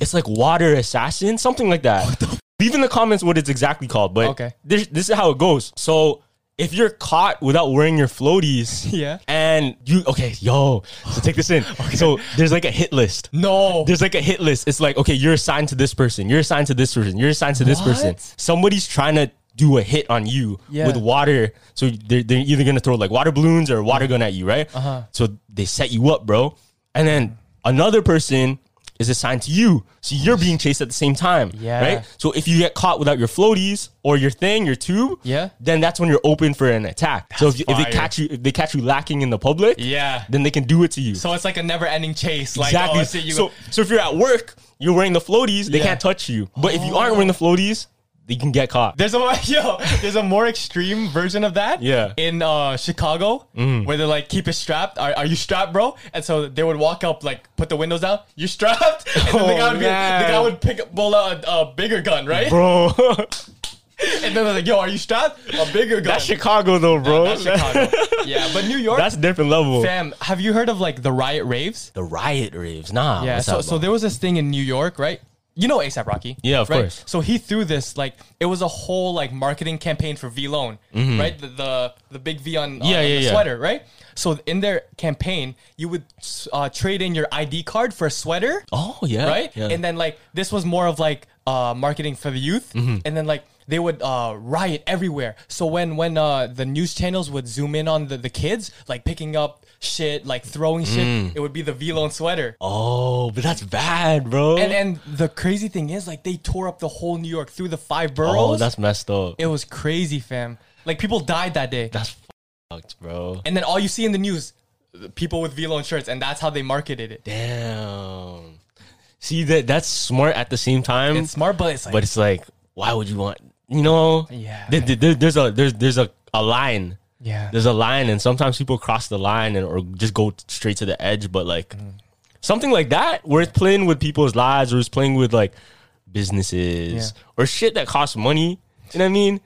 it's like water assassin, something like that. Leave in the comments what it's exactly called. But
Okay.
this, this is how it goes. So if you're caught without wearing your floaties,
Yeah.
and you okay, yo, so take this in. So there's like a hit list.
No.
There's like a hit list. It's like, okay, you're assigned to this person. You're assigned to this person. You're assigned to this person.
What?
Somebody's trying to do a hit on you
Yeah.
with water. So they're, they're either going to throw like water balloons or a water gun at you, right? Uh-huh. So they set you up, bro. And then another person is assigned to you. So you're being chased at the same time,
Yeah.
right? So if you get caught without your floaties or your thing, your tube,
Yeah.
then that's when you're open for an attack. so
That's
if, you, if they
fire.
catch you, if they catch you lacking in the public,
Yeah.
then they can do it to you
So it's like a never-ending chase. Like,
exactly.
oh, I see you.
so, so if you're at work, you're wearing the floaties, they
Yeah.
can't touch you. But if you aren't wearing the floaties, they can get caught.
There's a yo, there's a more extreme version of that.
Yeah. Mm.
In uh Chicago, where they're like, keep it strapped. Are, are you strapped, bro? And so they would walk up, like, put the windows down. You strapped? And then the
Oh,
guy would be, the
man.
guy would pick up pull out a, a bigger gun, right?
bro.
And then they're like, yo, are you strapped? A bigger gun.
that's Chicago though, bro.
That's Chicago. yeah, but New York.
That's a different level.
Fam, have you heard of like the riot raves?
The riot raves. Nah.
Yeah.
what's
So,
up,
so
bro?
there was this thing in New York, right? You know ASAP Rocky.
Yeah, of
right?
course.
So he threw this like it was a whole like marketing campaign for V Loan, right? The, the the big V on, on
Mm-hmm. Yeah, yeah,
the
yeah.
sweater, right? So in their campaign, you would uh, trade in your ID card for a sweater.
Oh, yeah,
Right.
yeah.
And then like this was more of like uh, marketing for the youth,
Mm-hmm.
and then like they would uh, riot everywhere. So when when uh, the news channels would zoom in on the, the kids, like picking up shit, like throwing
Mm.
shit, it would be the V Loan sweater.
Oh, but that's bad, bro.
And and the crazy thing is, like, they tore up the whole New York through the five boroughs.
oh, that's messed up.
it was crazy, fam. Like people died that day,
that's fucked, bro.
and then all you see in the news, the people with V-Lone shirts, and that's how they marketed it.
Damn. See that that's smart at the same time.
It's smart, but it's like,
Um, but it's like, why would you want? You know,
Yeah.
There, there- there's a there's there's a, a line.
Yeah.
there's a line, and sometimes people cross the line and or just go straight to the edge. But like
Mm.
something like that, where it's playing with people's lives, or it's playing with like businesses
Yeah.
or shit that costs money. You know what I mean?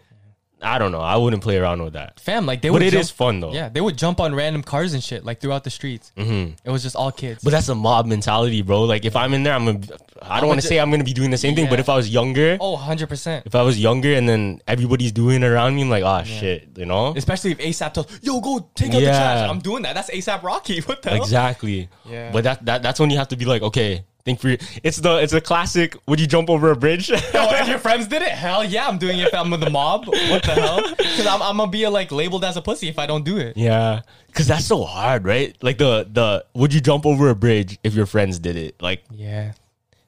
I don't know. I wouldn't play around with that.
fam, like they.
But
would
it
jump,
is fun, though.
Yeah, they would jump on random cars and shit, like throughout the streets. Mm-hmm. It was just all kids.
But that's a mob mentality, bro. Like if I'm in there, I'm gonna. be- I don't want to
ju-
say I'm gonna be doing the same thing, but
Yeah.
if I was younger,
oh, 100 percent.
if I was younger, and then everybody's doing it around me, I'm like, ah, shit, you know.
Especially if ASAP tells, "Yo, go take out the
Yeah.
trash." I'm doing that. That's ASAP Rocky. What the hell?
Exactly.
Oh. Yeah.
But that, that that's when you have to be like, okay, think for your, it's the it's a classic. Would you jump over a bridge?
Oh, if your friends did it, hell yeah, I'm doing it if I'm with the mob. What the hell? Because I'm, I'm gonna be like labeled as a pussy if I don't do it.
yeah, because that's so hard, right? Like the the would you jump over a bridge if your friends did it? Like
Yeah.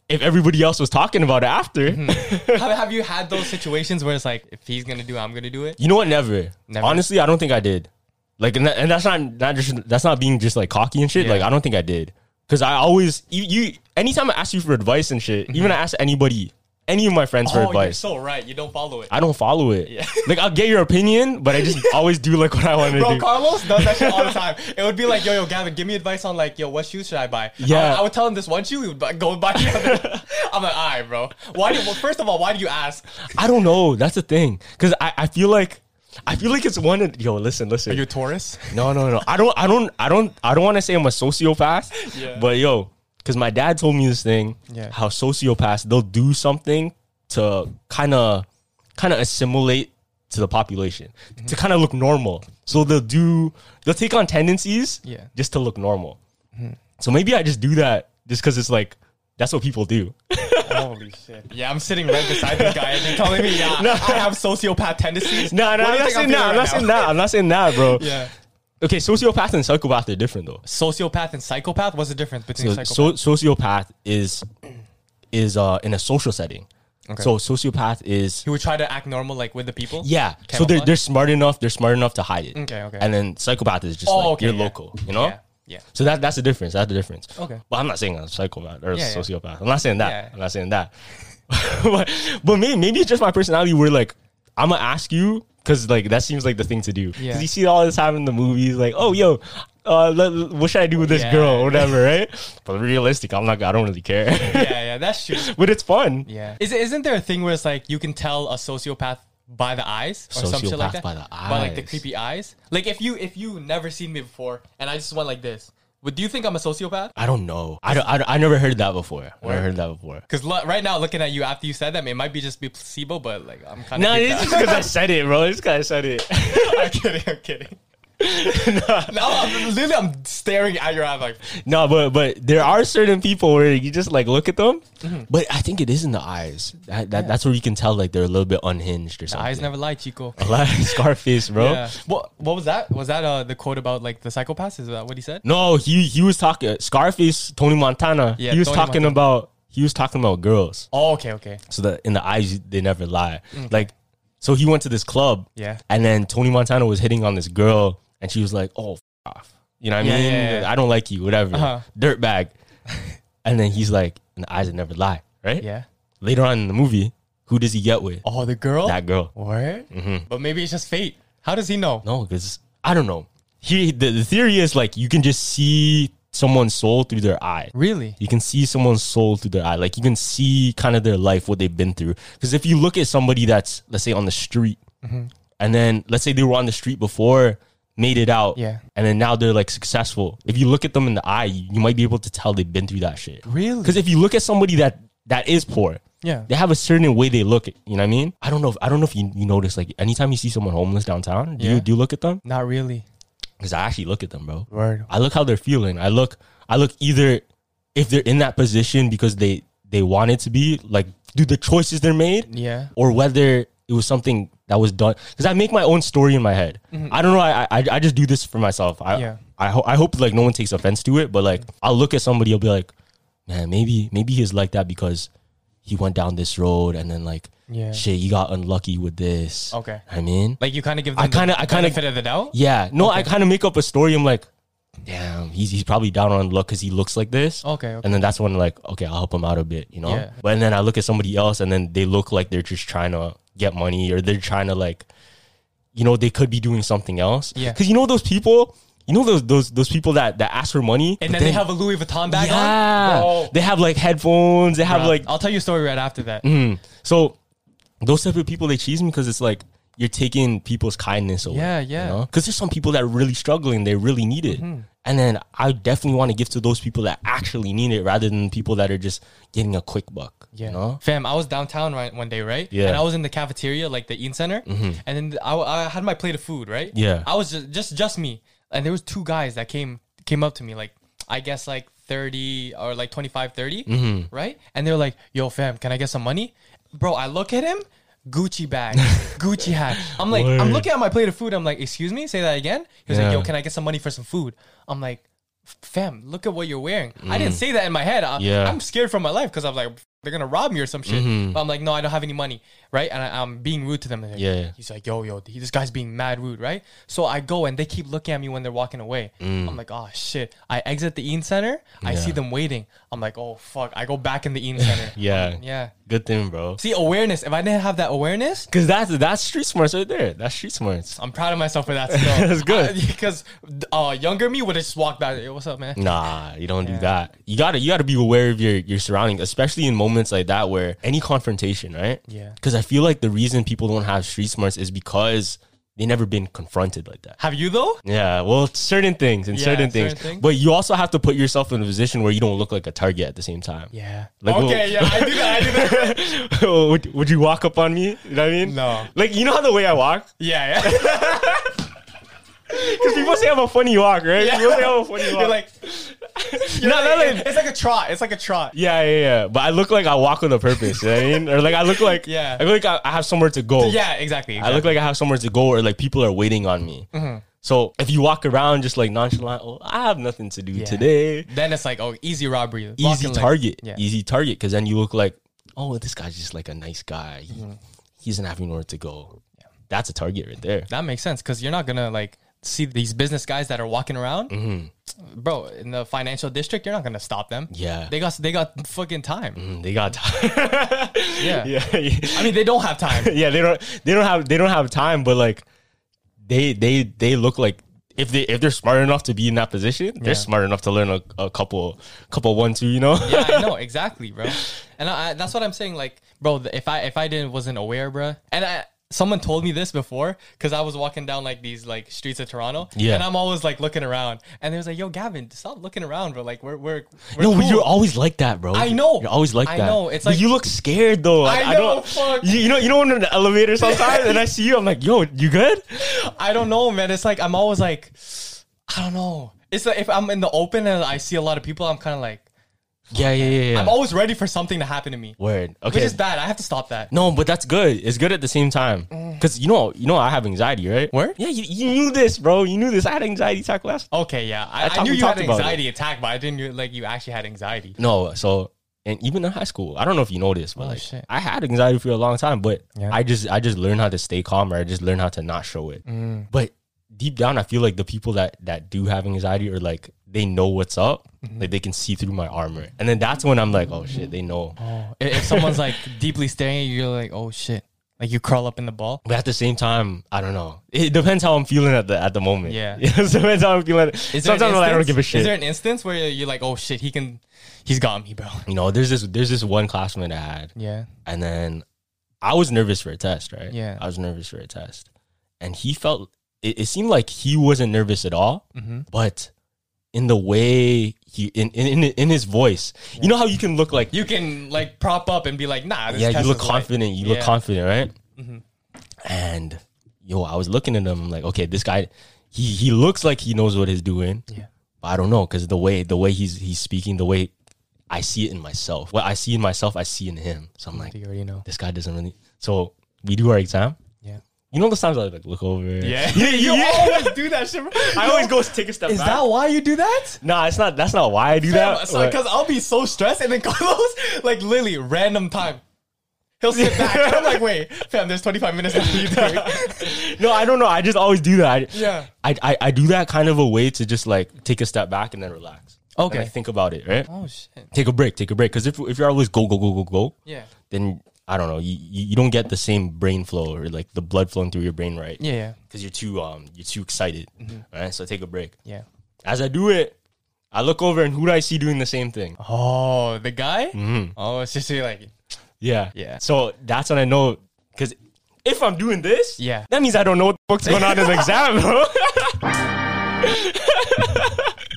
if everybody else was talking about it after.
Mm-hmm. have, have you had those situations where it's like, if he's gonna do it, I'm gonna do it?
You know what? Never.
Never.
Honestly, I don't think I did. Like, and, that, and that's not not just that's not being just like cocky and shit.
Yeah.
Like, I don't think I did because I always you you anytime I ask you for advice and shit, even I ask anybody, any of my friends for
Mm-hmm. oh,
advice.
you're so right. You don't follow it.
I don't follow it. Like I'll get your opinion, but I just always do like what I want to
Bro,
do.
Carlos does that shit all the time. It would be like, yo, yo, Gavin, give me advice on like, yo, what shoes should I buy?
Yeah.
I, I would tell him this one shoe, he would bu- go buy the other. I'm like, all right, bro. Why do? Well, first of all, why do you ask?
I don't know. That's the thing, because I, I feel like I feel like it's one. Of, yo, listen, listen.
a Taurus?
no, no, no. I don't. I don't. I don't. I don't want to say I'm a sociopath.
Yeah.
But yo, because my dad told me this thing.
Yeah.
How sociopaths they'll do something to kind of kind of assimilate to the population to
Mm-hmm.
kind of look normal. So they'll do they'll take on tendencies.
Yeah. Mm-hmm.
Just to look normal. So maybe I just do that just because it's like that's what people do.
Holy shit. Yeah, I'm sitting right beside this guy and you're telling me, yeah, I have sociopath tendencies.
No,
What do
no, I'm
you
not
think
saying
feeling
that.
right
I'm not
now?
saying that. I'm not saying that, bro.
Yeah.
Okay, sociopath and psychopath are different though.
Sociopath and psychopath? What's the difference between
So,
psychopath?
so sociopath is is uh in a social setting. So sociopath is
he would try to act normal, like with the people?
yeah. So they're
Camouflage?
they're smart enough. They're smart enough to hide it.
Okay, okay.
And then psychopath is just
Oh,
like
okay,
you're
yeah.
local. You know.
Yeah, yeah.
So that that's the difference. That's the difference.
Okay.
Well, I'm not saying I'm a psychopath or a
Yeah, yeah.
sociopath. I'm not saying that.
Yeah.
I'm not saying that. but but maybe maybe it's just my personality. Where like I'm gonna ask you because like that seems like the thing to do. Because
Yeah.
you see all this time in the movies. Like oh yo. Uh, let- what should I do with this
Yeah.
girl, or whatever, right? But realistic, I'm not. I don't really care.
yeah, yeah, that's true.
but it's fun.
Yeah. Is, isn't there a thing where it's like you can tell a sociopath by the eyes or some shit like
Sociopath
that.
by the
like the
eyes.
creepy eyes. Like if you if you never seen me before and I just went like this, would do you think I'm a sociopath?
I don't know. I don't, I, don't- I never heard that before. I never heard that before.
Because right now, looking at you after you said that, it might be just be placebo, but like I'm kind
No,
of.
it's just because I said it, bro. It's because I said it.
I'm kidding. I'm kidding. no, I'm, literally, I'm staring at your eyes like
No, but but there are certain people where you just like look at them,
Mm-hmm.
but I think it is in the eyes. That, that, That's where you can tell like they're a little bit unhinged or something.
eyes never lie, Chico.
Like, Scarface, bro.
Yeah. What What was that? Was that uh the quote about like the psychopaths? Is that what he said?
No, he he was talking Scarface, Tony Montana.
Yeah,
he was
Tony
talking
Montana.
about he was talking about girls.
Oh, okay, okay.
So that in the eyes they never lie. Like so he went to this club.
Mm. Yeah.
And then Tony Montana was hitting on this girl and she was like, "Oh, f- off." You know what I
Yeah,
mean?
yeah, yeah.
I don't like you, whatever.
Uh-huh.
Dirtbag. and then he's like, "In the eyes that never lie." Right?
Yeah.
Later on in the movie, who does he get with?
Oh, the girl.
That girl.
Word. But maybe it's just fate. How does he know?
No, because I don't know. He the, the theory is like you can just see someone's soul through their eye.
Really?
You can see someone's soul through their eye. Like you can see kind of their life, what they've been through. Because if you look at somebody that's let's say on the street,
Mm-hmm.
and then let's say they were on the street before, made it out,
Yeah.
and then now they're like successful. If you look at them in the eye, you, you might be able to tell they've been through that shit.
Really?
Because if you look at somebody that that is poor,
Yeah.
they have a certain way they look. You know what I mean? I don't know. If, I don't know if you, you notice. Like anytime you see someone homeless downtown, do
Yeah.
you do you look at them?
Not really.
Because I actually look at them, bro.
Word.
I look how they're feeling. I look I look either if they're in that position because they they wanted to be like do the choices they're made
Yeah.
or whether it was something that was done because I make my own story in my head. I don't know. I, I I just do this for myself. I
Mm-hmm. Yeah.
I, ho- I hope like no one takes offense to it, but like I'll look at somebody, I'll be like, man, maybe maybe he's like that because he went down this road and then like
Yeah.
shit, he got unlucky with this.
Okay.
I mean,
Like you kind of give them
I kinda-
the
I kinda-
benefit of the doubt.
yeah. No, I kind of make up a story. I'm like, damn, he's, he's probably down on luck because he looks like this.
Okay, okay.
And then that's when, like, okay, I'll help him out a bit, you know?
Yeah.
But then I look at somebody else and then they look like they're just trying to get money or they're trying to, like, you know, they could be doing something else.
Yeah.
Because you know those people, you know those those those people that, that ask for money
And
but
then, they have a Louis Vuitton bag
yeah,
on. Bro.
they have like headphones. They have
Bruh,
like
I'll tell you a story right after that.
so those type of people they cheese me because it's like you're taking people's kindness away.
Yeah, yeah. Mm-hmm.
Because there's some people that are really struggling, they really need it. And then I definitely want to give to those people that actually need it rather than people that are just getting a quick buck.
Yeah.
You know?
Fam, I was downtown right, one day, right?
Yeah. Mm-hmm.
And I was in the cafeteria, like the eating center. And then I, I had my plate of food, right?
Yeah.
I was just, just just me. And there was two guys that came came up to me, like, I guess like 30 or like 25, 30,
Mm-hmm.
right? And they're like, yo, fam, can I get some money? Bro, I look at him, Gucci bag, Gucci hat. I'm like, I'm
Word.
looking at my plate of food. I'm like, excuse me, say that again. He was like,
Yeah.
yo, can I get some money for some food? I'm like, fam, look at what you're wearing. I didn't
Mm.
say that in my head. I,
Yeah. Mm-hmm.
I'm scared for my life because I'm like, they're gonna rob me or some shit. But I'm like, no, I don't have any money, right? And I, I'm being rude to them. They're like-
Yeah, yeah.
He's like, yo, yo, he- this guy's being mad rude, right? So I go and they keep looking at me when they're walking away.
Mm.
I'm like, oh shit. I exit the Ean Center. I see them waiting. I'm like, oh fuck. I go back in the Ean Center.
Yeah.
yeah.
Good thing, bro.
See awareness. If I didn't have that awareness,
Cause that's that's street smarts right there. That's street smarts.
I'm proud of myself for that. Still.
That's good.
because uh, younger me would have just walked back. Yo, what's up, man?
Mm. Nah, you don't do that. You gotta you gotta be aware of your your surroundings, especially in moments like that where any confrontation, right?
Yeah.
Because I feel like the reason people don't have street smarts is because they never been confronted like that.
Have you though?
Yeah, well, certain things and
Yeah,
certain,
certain
things.
things.
but you also have to put yourself in a position where you don't look like a target at the same time.
Yeah.
Like,
okay.
well-
Yeah. I do that. I do that.
would, would you walk up on me? You know what I mean?
No.
Like you know how the way I walk,
Yeah. Yeah.
because people say I have a funny walk, right?
Yeah.
People say I have a funny walk.
You're like,
no, not
like,
like-
it's like a trot. It's like a trot.
Yeah, yeah, yeah. But I look like I walk with a purpose. you know what I mean, or like I look like
Yeah.
I look like I, I have somewhere to go.
Yeah, exactly.
I look like I have somewhere to go, or like people are waiting on me.
Mm-hmm.
So if you walk around just like nonchalant, oh, I have nothing to do today.
Then it's like, oh, easy robbery,
Easy
Walking, like-
target,
yeah.
easy target, because then you look like, oh, this guy's just like a nice guy. He, he doesn't have anywhere to go. That's a target right there.
That makes sense because you're not gonna like see these business guys that are walking around, bro. In the financial district, you're not gonna stop them.
Mm-hmm. Yeah.
they got they got fucking time.
Mm, They got time.
Yeah.
yeah.
I mean they don't have time.
yeah, they don't they don't have they don't have time, but like they they they look like if they if they're smart enough to be in that position, they're smart enough to learn a, a couple couple one two, you know.
yeah, I know exactly, bro. And I, I, that's what I'm saying, like, bro. th- If I if I didn't wasn't aware, bro, and I someone told me this before because I was walking down like these like streets of Toronto.
Yeah.
And I'm always like looking around. And they was like, yo, Gavin, stop looking around, bro. Like we're we're, we're
No, but
cool."
you're always like that, bro.
I know.
You're always like
I
that.
know. It's
But
like-
you look scared though. Like,
I know, fuck.
You, you know, you know, when in the elevator sometimes, and I see you, I'm like, "Yo, you good?"
I don't know, man. It's like I'm always like, I don't know. It's like if I'm in the open and I see a lot of people, I'm kind of like,
Yeah, yeah, yeah. yeah.
I'm always ready for something to happen to me.
Word. Okay.
Which is bad. I have to stop that.
No, but that's good. It's good at the same time. Cause you know, you know, I have anxiety, right?
Mm. Word?
Yeah, you, you knew this, bro. You knew this. I had anxiety attack last.
Okay, yeah. I,
I
I,
thought
knew
we
you had
talked about
anxiety attack, but I didn't knew, like you actually had anxiety.
No, so and even in high school, I don't know if you know this, but
Oh,
like
shit.
I had anxiety for a long time. But
Yeah.
I just, I just learned how to stay calm, or I just learned how to not show it.
Mm.
But deep down, I feel like the people that that do have anxiety or like they know what's up,
Mm-hmm.
like they can see through my armor, and then that's when I'm like, oh shit, they know.
Oh, if, if someone's like deeply staring at you, you're like, oh shit. Like you curl up in the ball.
But at the same time, I don't know. It depends how I'm feeling at the at the moment.
Yeah.
it depends how I'm feeling.
Is there an
Sometimes I'm like, I don't
instance-
give a shit.
Is there an instance where you're like, oh shit, he can, he's got me, bro.
you know, there's this there's this one classmate I had,
Yeah.
and then I was nervous for a test, right?
Yeah.
I was nervous for a test, and he felt it, it seemed like he wasn't nervous at all,
Mm-hmm.
but in the way he in in in, in his voice, you know how you can look like
You can like prop up and be like, nah. This
yeah,
test
you look
is light.
confident, you look
Yeah.
confident, right? And yo, I was looking at him, I'm like, okay, this guy, he he looks like he knows what he's doing.
Yeah.
But I don't know because the way the way he's he's speaking, the way I see it in myself, what I see in myself, I see in him. So I'm like,
You already know.
this guy doesn't really. So we do our exam.
Yeah.
You know the times I like look over.
Yeah.
You- you- you-
do that shit. bro.
I always go take a step
Is
back.
that why you do that?
nah, it's not. That's not why I do that. but-
Because I'll be so stressed, and then Carlos, like literally, random time, he'll sit back. and I'm like, wait, fam, there's 25 minutes left. What are you doing?
no, I don't know. I just always do that. I,
Yeah.
I, I I do that kind of a way to just like take a step back and then relax.
Okay.
And, like, think about it, right?
oh shit.
Take a break. Take a break. Because if if you're always go go go go go,
Yeah.
then I don't know. You you you don't get the same brain flow or like the blood flowing through your brain, right?
Yeah. Mm-hmm. Yeah.
Because you're too um you're too excited, right? So take a break.
Yeah.
As I do it, I look over and who do I see doing the same thing?
Oh, the guy.
Mm-hmm.
Oh, it's just you're like,
Yeah.
Yeah.
So that's when I know because if I'm doing this,
Yeah.
that means I don't know what the fuck's going on in the exam, bro.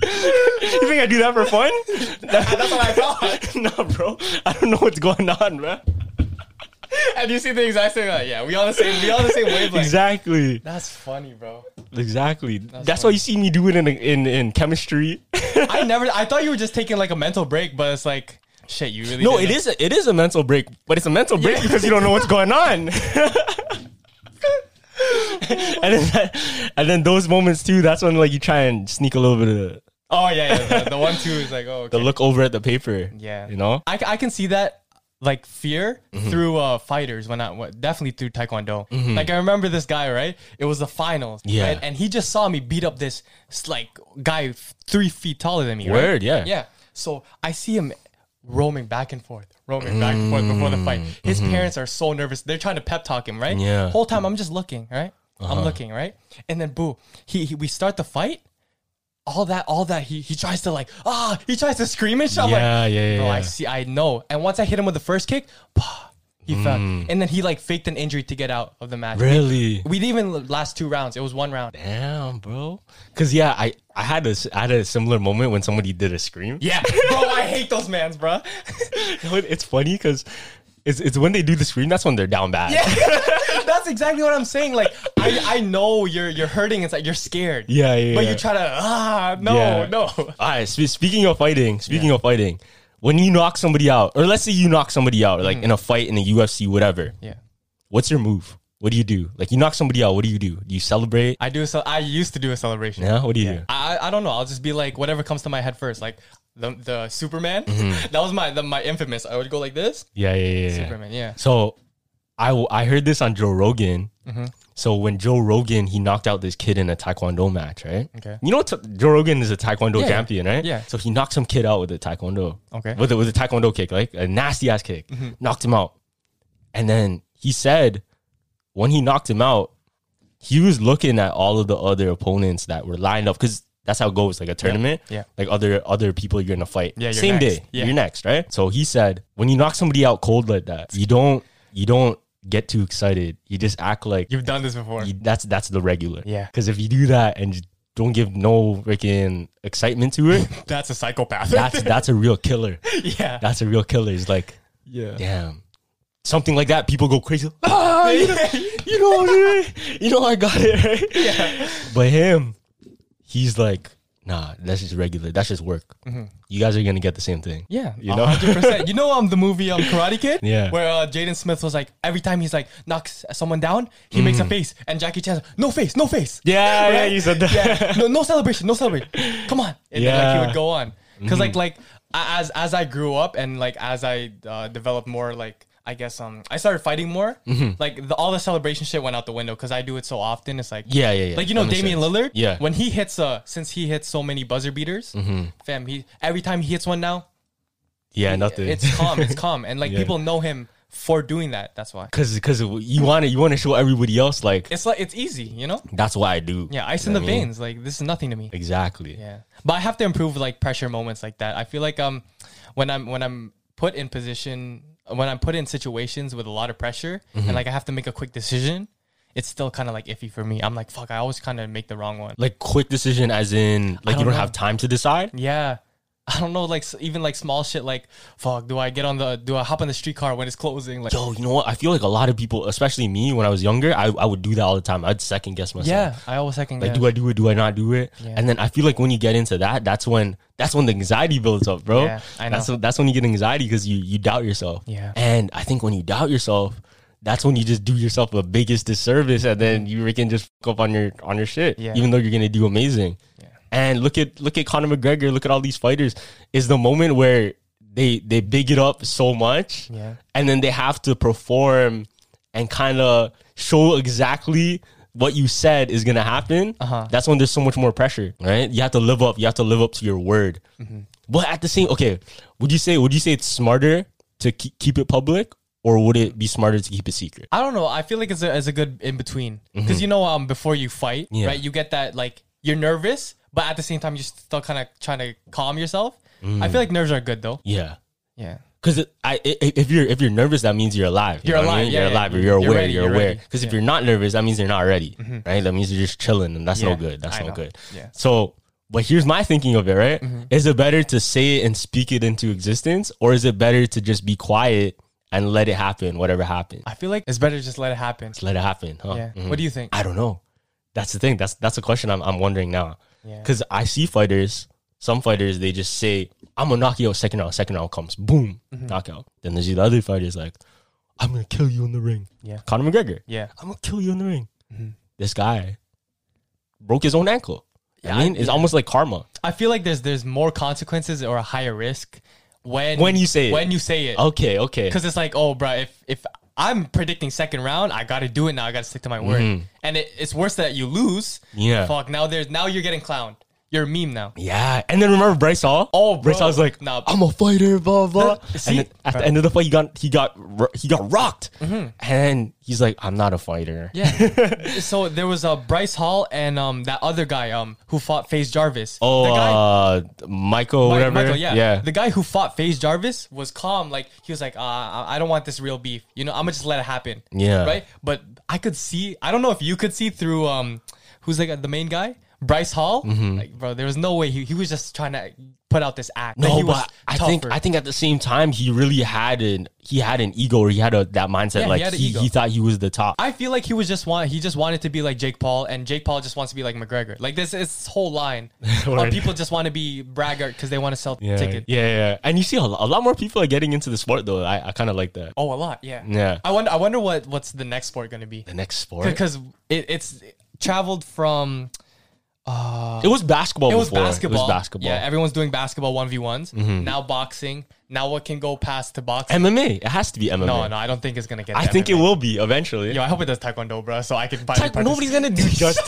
you think I do that for fun?
that's what I thought.
no, bro. I don't know what's going on, bro.
and you see the exact same. Like, yeah, we on the same. We on the same wavelength.
Exactly.
That's funny, bro.
Exactly. That's, why you see me do it in in, in chemistry.
I never. I thought you were just taking like a mental break, but it's like, shit, you really.
no,
did
it is a, it is a mental break, but it's a mental break because you don't know what's going on. and then that, and then those moments too. That's when like you try and sneak a little bit of
Oh yeah, yeah. The, the one two is like, oh.
the
Okay.
look over at the paper.
Yeah.
you know. Mm-hmm.
I, I can see that like fear through uh, fighters when I wa- definitely through taekwondo. Like I remember this guy, right? It was the finals.
Yeah.
And, and he just saw me beat up this s- like guy f- three feet taller than me. right?
Word, yeah.
Yeah. So I see him roaming back and forth, roaming back and forth before the fight. His parents are so nervous. They're trying to pep talk him, right?
Mm, mm-hmm. Yeah. Uh-huh.
Whole time I'm just looking, right? I'm looking, right? And then boo, he, he we start the fight. All that, all that he he tries to like ah, he tries to scream and shit. I'm
Yeah,
like,
yeah, yeah,
bro, Oh, I
yeah.
see, I know. And once I hit him with the first kick, pah, he fell, and then he like faked an injury to get out of the match.
Mm. Really?
We didn't even last two rounds. It was one round.
Damn, bro. Cause yeah, I I had a s- I had a similar moment when somebody did a scream.
Yeah, bro, I hate those mans, bro.
No, it- it's funny because it's it's when they do the scream that's when they're down bad. Yeah,
That's exactly what I'm saying. Like, I, I know you're you're hurting inside. You're scared.
yeah, yeah.
But
yeah.
you try to ah no
Yeah.
no.
All right. spe- speaking of fighting, speaking of fighting, when you knock somebody out, or let's say you knock somebody out, like in a fight in the UFC, whatever.
Mm. Yeah.
What's your move? What do you do? Like you knock somebody out, what do you do? Do you celebrate?
I do. a cel- I used to do a celebration.
Yeah. What do you do?
I I don't know. I'll just be like whatever comes to my head first. Like the the Superman. that was my the, my infamous. I would go like this.
Yeah, yeah, Mm-hmm. yeah. yeah.
Superman. Yeah.
So I w- I heard this on Joe Rogan.
Mm-hmm.
So when Joe Rogan he knocked out this kid in a taekwondo match, right?
Okay.
You know ta- Joe Rogan is a taekwondo
Yeah,
champion, right?
yeah.
So he knocked some kid out with a taekwondo.
Okay. Mm-hmm.
With a, with a taekwondo kick, like a nasty ass kick, knocked him out, and then he said when he knocked him out, he was looking at all of the other opponents that were lined up because that's how it goes, like a tournament.
yeah.
Like other other people you're gonna fight.
Yeah, you're
Same
next.
day.
Yeah.
You're next, right? So he said, when you knock somebody out cold like that, you don't you don't get too excited. You just act like
You've done this before.
you- that's that's the regular.
Yeah.
Because if you do that and just don't give no freaking excitement to it,
that's a psychopath.
that's that's a real killer.
yeah.
That's a real killer. It's like,
yeah.
damn. Something like that, people go crazy. Ah, you know, you know, you know, I got it. Right? Yeah. But him, he's like, nah, that's just regular. That's just work. You guys are gonna get the same thing.
Mm-hmm. Yeah,
You know?
100%. you know, um, the movie um, Karate Kid,
Yeah.
where uh, Jaden Smith was like, every time he's like knocks someone down, he makes a face, and Jackie Chan's like, no face, no face.
Mm. Yeah, yeah, you said that.
Yeah. No, no celebration, no celebration. Come on. And then, like,
Yeah. Mm-hmm.
he would go on because like like a- as as I grew up and like as I uh, developed more like. I guess um I started fighting more.
Mm-hmm.
Like the, all the celebration shit went out the window because I do it so often. It's like
Yeah, yeah, yeah.
Like you know
That makes
Damian
sense.
Lillard.
Yeah. Mm-hmm.
When he hits uh since he hits so many buzzer beaters, fam. He every time he hits one now,
Yeah, nothing.
it's calm. It's calm, and like people know him for doing that. That's why
Cause, cause you want to, you want to show everybody else like
it's like it's easy, you know.
that's what I do.
Yeah,
I
ice in the veins. Like this is nothing to me.
Exactly.
Yeah, but I have to improve like pressure moments like that. I feel like um when I'm when I'm put in position when I'm put in situations with a lot of pressure
Mm-hmm.
and like I have to make a quick decision, it's still kind of like iffy for me. I'm like fuck. I always kind of make the wrong one.
Like quick decision, as in like you
don't
don't
know.
have time to decide.
Yeah. I don't know, like s- even like small shit, like fuck. Do I get on the? Do I hop on the streetcar when it's closing? Like,
Yo, you know what? I feel like a lot of people, especially me when I was younger, I, I would do that all the time. I'd second guess myself.
yeah, I always second.
Like,
guess.
do I do it? Do I not do it?
Yeah.
And then I feel like when you get into that, that's when that's when the anxiety builds up, bro.
Yeah, I know.
That's when, that's when you get anxiety because you you doubt yourself.
Yeah.
And I think when you doubt yourself, that's when you just do yourself the biggest disservice, and then you can just fuck up on your on your shit,
Yeah.
even though you're gonna do amazing. Yeah. And look at look at Conor McGregor. Look at all these fighters. Is the moment where they they big it up so much,
Yeah.
and then they have to perform and kind of show exactly what you said is gonna happen, that's when there's so much more pressure, right? You have to live up. You have to live up to your word. But at the same, okay, would you say would you say it's smarter to ke- keep it public, or would it be smarter to keep it secret?
I don't know. I feel like it's a, it's a good in between because you know, um, before you fight,
Mm-hmm. Yeah.
right? You get that like you're nervous, but at the same time, you're still kind of trying to calm yourself. I feel like nerves are good though.
Mm. Yeah,
Yeah,
because I i- if you're if you're nervous, that means you're alive. You
You're
what I
alive,
mean?
yeah,
you're
yeah.
alive. or
You're
You're aware.
ready,
You're
you're
aware.
ready. Mm-hmm.
Because if you're not nervous, that means you're not ready, right? That means you're just chilling, and that's
Yeah,
no good. That's
I
no
know.
good.
Yeah. Mm-hmm.
So, but here's my thinking of it, right? Is it better to say it and speak it into existence, or is it better to just be quiet and let it happen, whatever happens?
I feel like it's better to just let it happen.
let it happen. Huh?
Yeah.
Mhm.
What do you think?
I don't know. That's the thing. That's that's a question I'm I'm wondering now.
Yeah.
Because I see fighters, some fighters they just say, "I'm gonna knock you out." Second round, second round comes, boom,
Mm-hmm.
knockout. Then there's the other fighters like, "I'm gonna kill you in the ring."
Yeah.
Conor McGregor.
Yeah. Mm-hmm.
I'm gonna kill you in the ring. This guy broke his own ankle. I mean, it's almost like karma.
I feel like there's there's more consequences or a higher risk when
When you say it. Oh.
when you say it
Okay, okay.
because it's like oh, bro, if if I'm predicting second round, I got to do it now. I got to stick to my word, and it, it's worse that you lose.
Mm-hmm. Yeah.
fuck. Now there's now you're getting clowned. You're a meme now.
Yeah, and then remember Bryce Hall?
Oh, bro.
Bryce Hall's like,
Nah.
I'm a fighter, blah blah.
That- see?
and then at the end of the fight, he got he got ro- he got rocked, and he's like, I'm not a fighter.
Mm-hmm. Yeah. so there was uh, Bryce Hall and um that other guy um who fought FaZe Jarvis.
Oh,
the guy,
uh, Michael,
Mi-
whatever.
Michael, yeah.
yeah, yeah.
The guy who fought FaZe Jarvis was calm. Like he was like, uh, I I don't want this real beef. You know, I'm gonna just let it happen.
Yeah.
Right. But I could see. I don't know if you could see through um who's like the main guy. Bryce Hall,
Mm-hmm.
like, bro, there was no way he, he was just trying to put out this act.
no,
Like, he was
but I think
tougher.
I think at the same time he really had an he had an ego or he had a that mindset
Yeah, he
like
had an
he,
ego.
he thought he was the top.
I feel like he was just want he just wanted to be like Jake Paul, and Jake Paul just wants to be like McGregor. Like this, this whole line of
Word.
people just want to be braggart because they want to sell
yeah,
tickets.
yeah, yeah. And you see a, lo- a lot more people are getting into the sport though. I, I kind of like that.
Oh, a lot. Yeah.
Yeah.
I wonder. I wonder what what's the next sport going to be
The next sport,
because it, it's traveled from
it was basketball.
it was
before.
basketball.
It was basketball. Mm-hmm.
Yeah. Everyone's doing basketball one v ones. Now boxing. Now what can go past to boxing?
MMA. It has to be MMA.
no, no. I don't think it's gonna get.
I
to
think it
MMA.
will be eventually.
Yo, I hope it does taekwondo, bro. So I can. finally
Taek-
participate.
nobody's gonna do just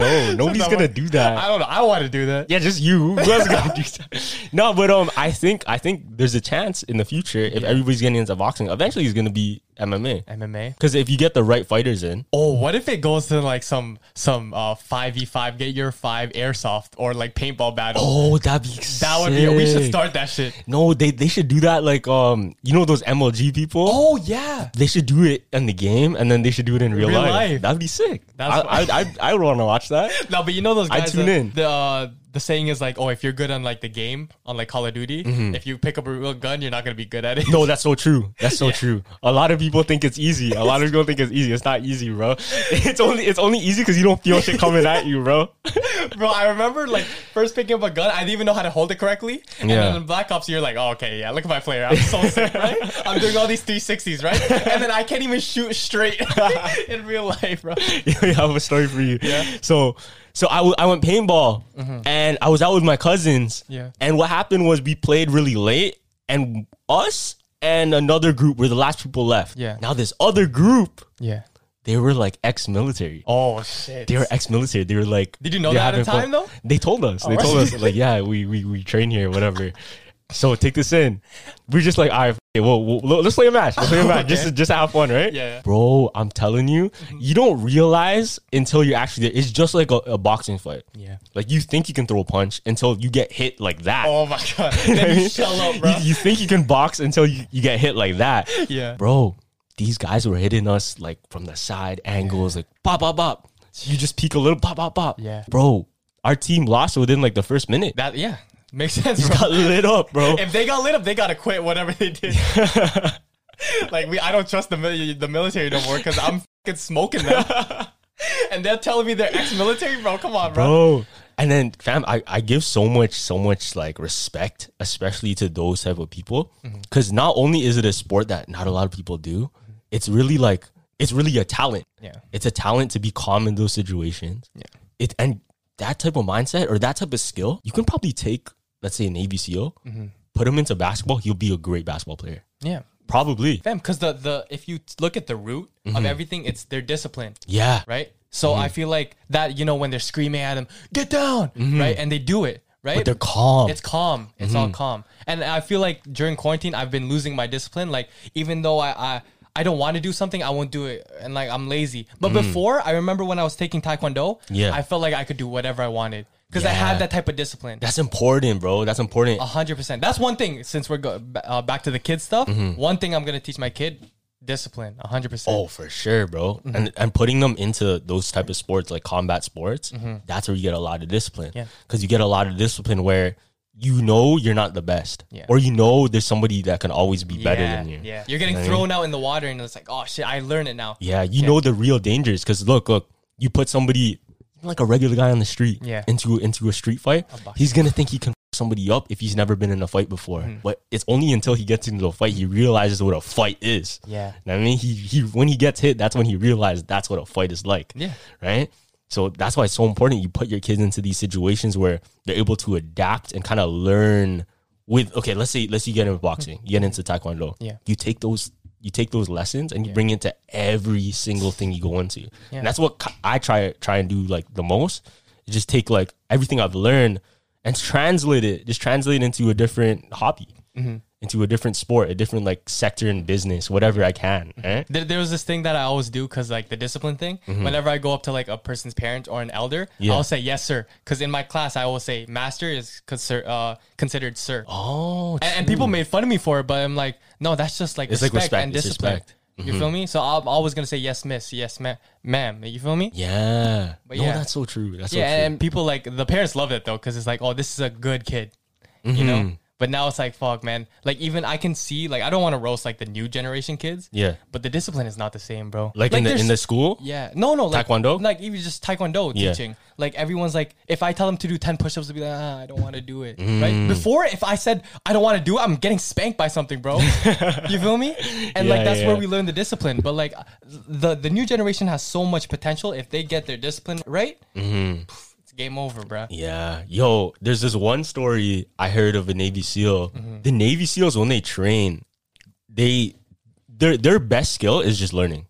taekwondo. Nobody's gonna do
I
that.
don't know. I want to do that.
Yeah, just you. Who else gonna do that? No, but um, I think I think there's a chance in the future if everybody's getting into boxing, eventually it's gonna be MMA.
MMA.
Because if you get the right fighters in,
Oh, what if it goes to like some some uh five v five, get your five airsoft or like paintball battle?
oh, that'd be
that would be. We should
sick.
start that shit.
No, they they should do that like um you know those MLG people.
Oh yeah,
They should do it in the game, and then they should do it in real,
Real
life.
life.
That'd be sick.
That's
I,
what-
I, I, I would want to watch that.
no, but you know those
I
guys.
tune
uh,
in.
The uh, the saying is like, oh, if you're good on like the game on like Call of Duty, if you pick up a real gun, you're not gonna be good at it.
Mm-hmm. No, that's so true. That's so true. A lot of people think it's easy. A lot of people think it's easy. It's not easy, bro. It's only it's only easy because you don't feel shit coming at you, bro.
Bro, I remember like first picking up a gun, I didn't even know how to hold it correctly. And
Yeah.
then in Black Ops, you're like, oh, okay, yeah, look at my player. I'm so sick, right? I'm doing all these 360s, right? And then I can't even shoot straight in real life, bro.
Yeah, I have a story for you. Yeah. So so I, w- I went paintball and I was out with my cousins.
Mm-hmm. Yeah.
And what happened was we played really late and us and another group were the last people left.
Yeah.
Now this other group,
Yeah.
they were like ex-military.
Oh, shit.
They were ex-military. They were like,
Did you know
they're
that at the
having
time, though?
fun.
Oh.
They told us. they told us like, yeah, we we we train here, whatever. so take this in. We're just like, all right, f- it, well, well, let's play a match. Let's play a match. Just to- just to have fun, right?
Yeah. Mm-hmm.
bro. I'm telling you, you don't realize until you're actually there. It's just like a, a boxing fight.
Yeah.
like you think you can throw a punch until you get hit like that.
Oh, my God. Then you shell up, bro.
You, you think you can box until you, you get hit like that.
Yeah.
Bro, these guys were hitting us like from the side angles, like pop, pop, pop. You just peek a little, pop, pop, pop.
Yeah.
Bro, our team lost within like the first minute.
That, Uh, yeah, makes sense,
Just
bro.
got lit up, bro.
If they got lit up, they got to quit whatever they did. like, we, I don't trust the, mil- the military no more because I'm fucking smoking them. and they're telling me they're ex military, bro. Come on, bro.
bro. And then, fam, I, I give so much, so much like respect, especially to those type of people,
Mm-hmm.
because not only is it a sport that not a lot of people do, it's really like it's really a talent.
Mm-hmm. Yeah.
it's a talent to be calm in those situations. Yeah, it and that type of mindset or that type of skill, you can probably take, let's say, an Navy SEAL,
Mm-hmm.
put him into basketball, he'll be a great basketball player,
Yeah.
probably.
Fam, because the the if you t- look at the root
Mm-hmm.
of everything, it's their discipline,
Yeah,
right? So I
Mm-hmm.
feel like that you know when they're screaming at them, get down, right? And they do it, right?
Mm-hmm. But they're calm.
It's calm. It's all
Mm-hmm.
calm. And I feel like during quarantine, I've been losing my discipline. Like even though I I, I don't want to do something, I won't do it, and like I'm lazy. But before, I remember when I was taking taekwondo,
Mm. Yeah.
I felt like I could do whatever I wanted because I had
Yeah.
that type of discipline.
That's important, bro. That's important.
A hundred percent. That's one thing. Since we're go, ba- uh, back to the kid stuff, one thing I'm gonna teach my kid: discipline. A hundred percent.
Mm-hmm. Oh, for sure, bro.
Mm-hmm.
And and putting them into those type of sports like combat sports, that's where you get a lot of discipline.
Mm-hmm. Yeah.
Because you get a lot of discipline where you know you're not the best,
Yeah.
or you know there's somebody that can always be better
yeah,
than you.
Yeah, you're getting thrown out in the water, and it's like, oh shit, I learned it now.
Yeah, you know the real dangers. Because look, look, you put somebody like a regular guy on the street
Yeah.
into into a street fight, he's gonna think he can. f- Somebody up if he's never been in a fight before,
Hmm.
but it's only until he gets into a fight he realizes what a fight is.
Yeah.
I mean, he he when he gets hit, that's when he realizes that's what a fight is like.
Yeah.
right? So that's why it's so important you put your kids into these situations where they're able to adapt and kind of learn with okay, let's say let's say you get into boxing, you get into taekwondo.
Yeah.
You take those you take those lessons and you bring it to every single thing you go into. And that's what ki- I try try and do like the most. Is just take like everything I've learned and translate it, just translate it into a different hobby.
Mm-hmm.
Into a different sport, a different like sector in business, whatever I can. eh?
There, there was this thing that I always do because like the discipline thing. Whenever I go up to like a person's parent or an elder,
Mm-hmm. Yeah.
I'll say yes sir because in my class I always say master is conser- uh, considered sir.
Oh,
and, and people made fun of me for it, but I'm like, no, that's just like,
It's like
respect,
respect,
and
it's
discipline.
respect. Mm-hmm.
You feel me? So I'm always gonna say yes, miss, yes, ma- ma'am. You feel me?
Yeah. But no,
yeah.
that's so true. That's
yeah,
so true.
and people like the parents love it though because it's like, oh, this is a good kid, you
Mm-hmm.
know. But now it's like, fuck, man. Like even I can see, like I don't want to roast like the new generation kids.
Yeah.
But the discipline is not the same, bro.
Like, in the
there's-
in the school?
Yeah. No, no. Like,
Taekwondo?
Like even just taekwondo
Yeah.
teaching. Like everyone's like, if I tell them to do ten push-ups, they'll be like, ah, I don't want to do it. Right? Before, if I said I don't want to do it, I'm getting spanked by something, bro. you feel me? And
Yeah,
like that's
yeah,
where
yeah.
we learn the discipline. But like the the new generation has so much potential. If they get their discipline right, pff, it's game over, bro.
Yeah. Yo, there's this one story I heard of a Navy SEAL.
Mm-hmm.
The Navy SEALs when they train, they their their best skill is just
Mm.
learning.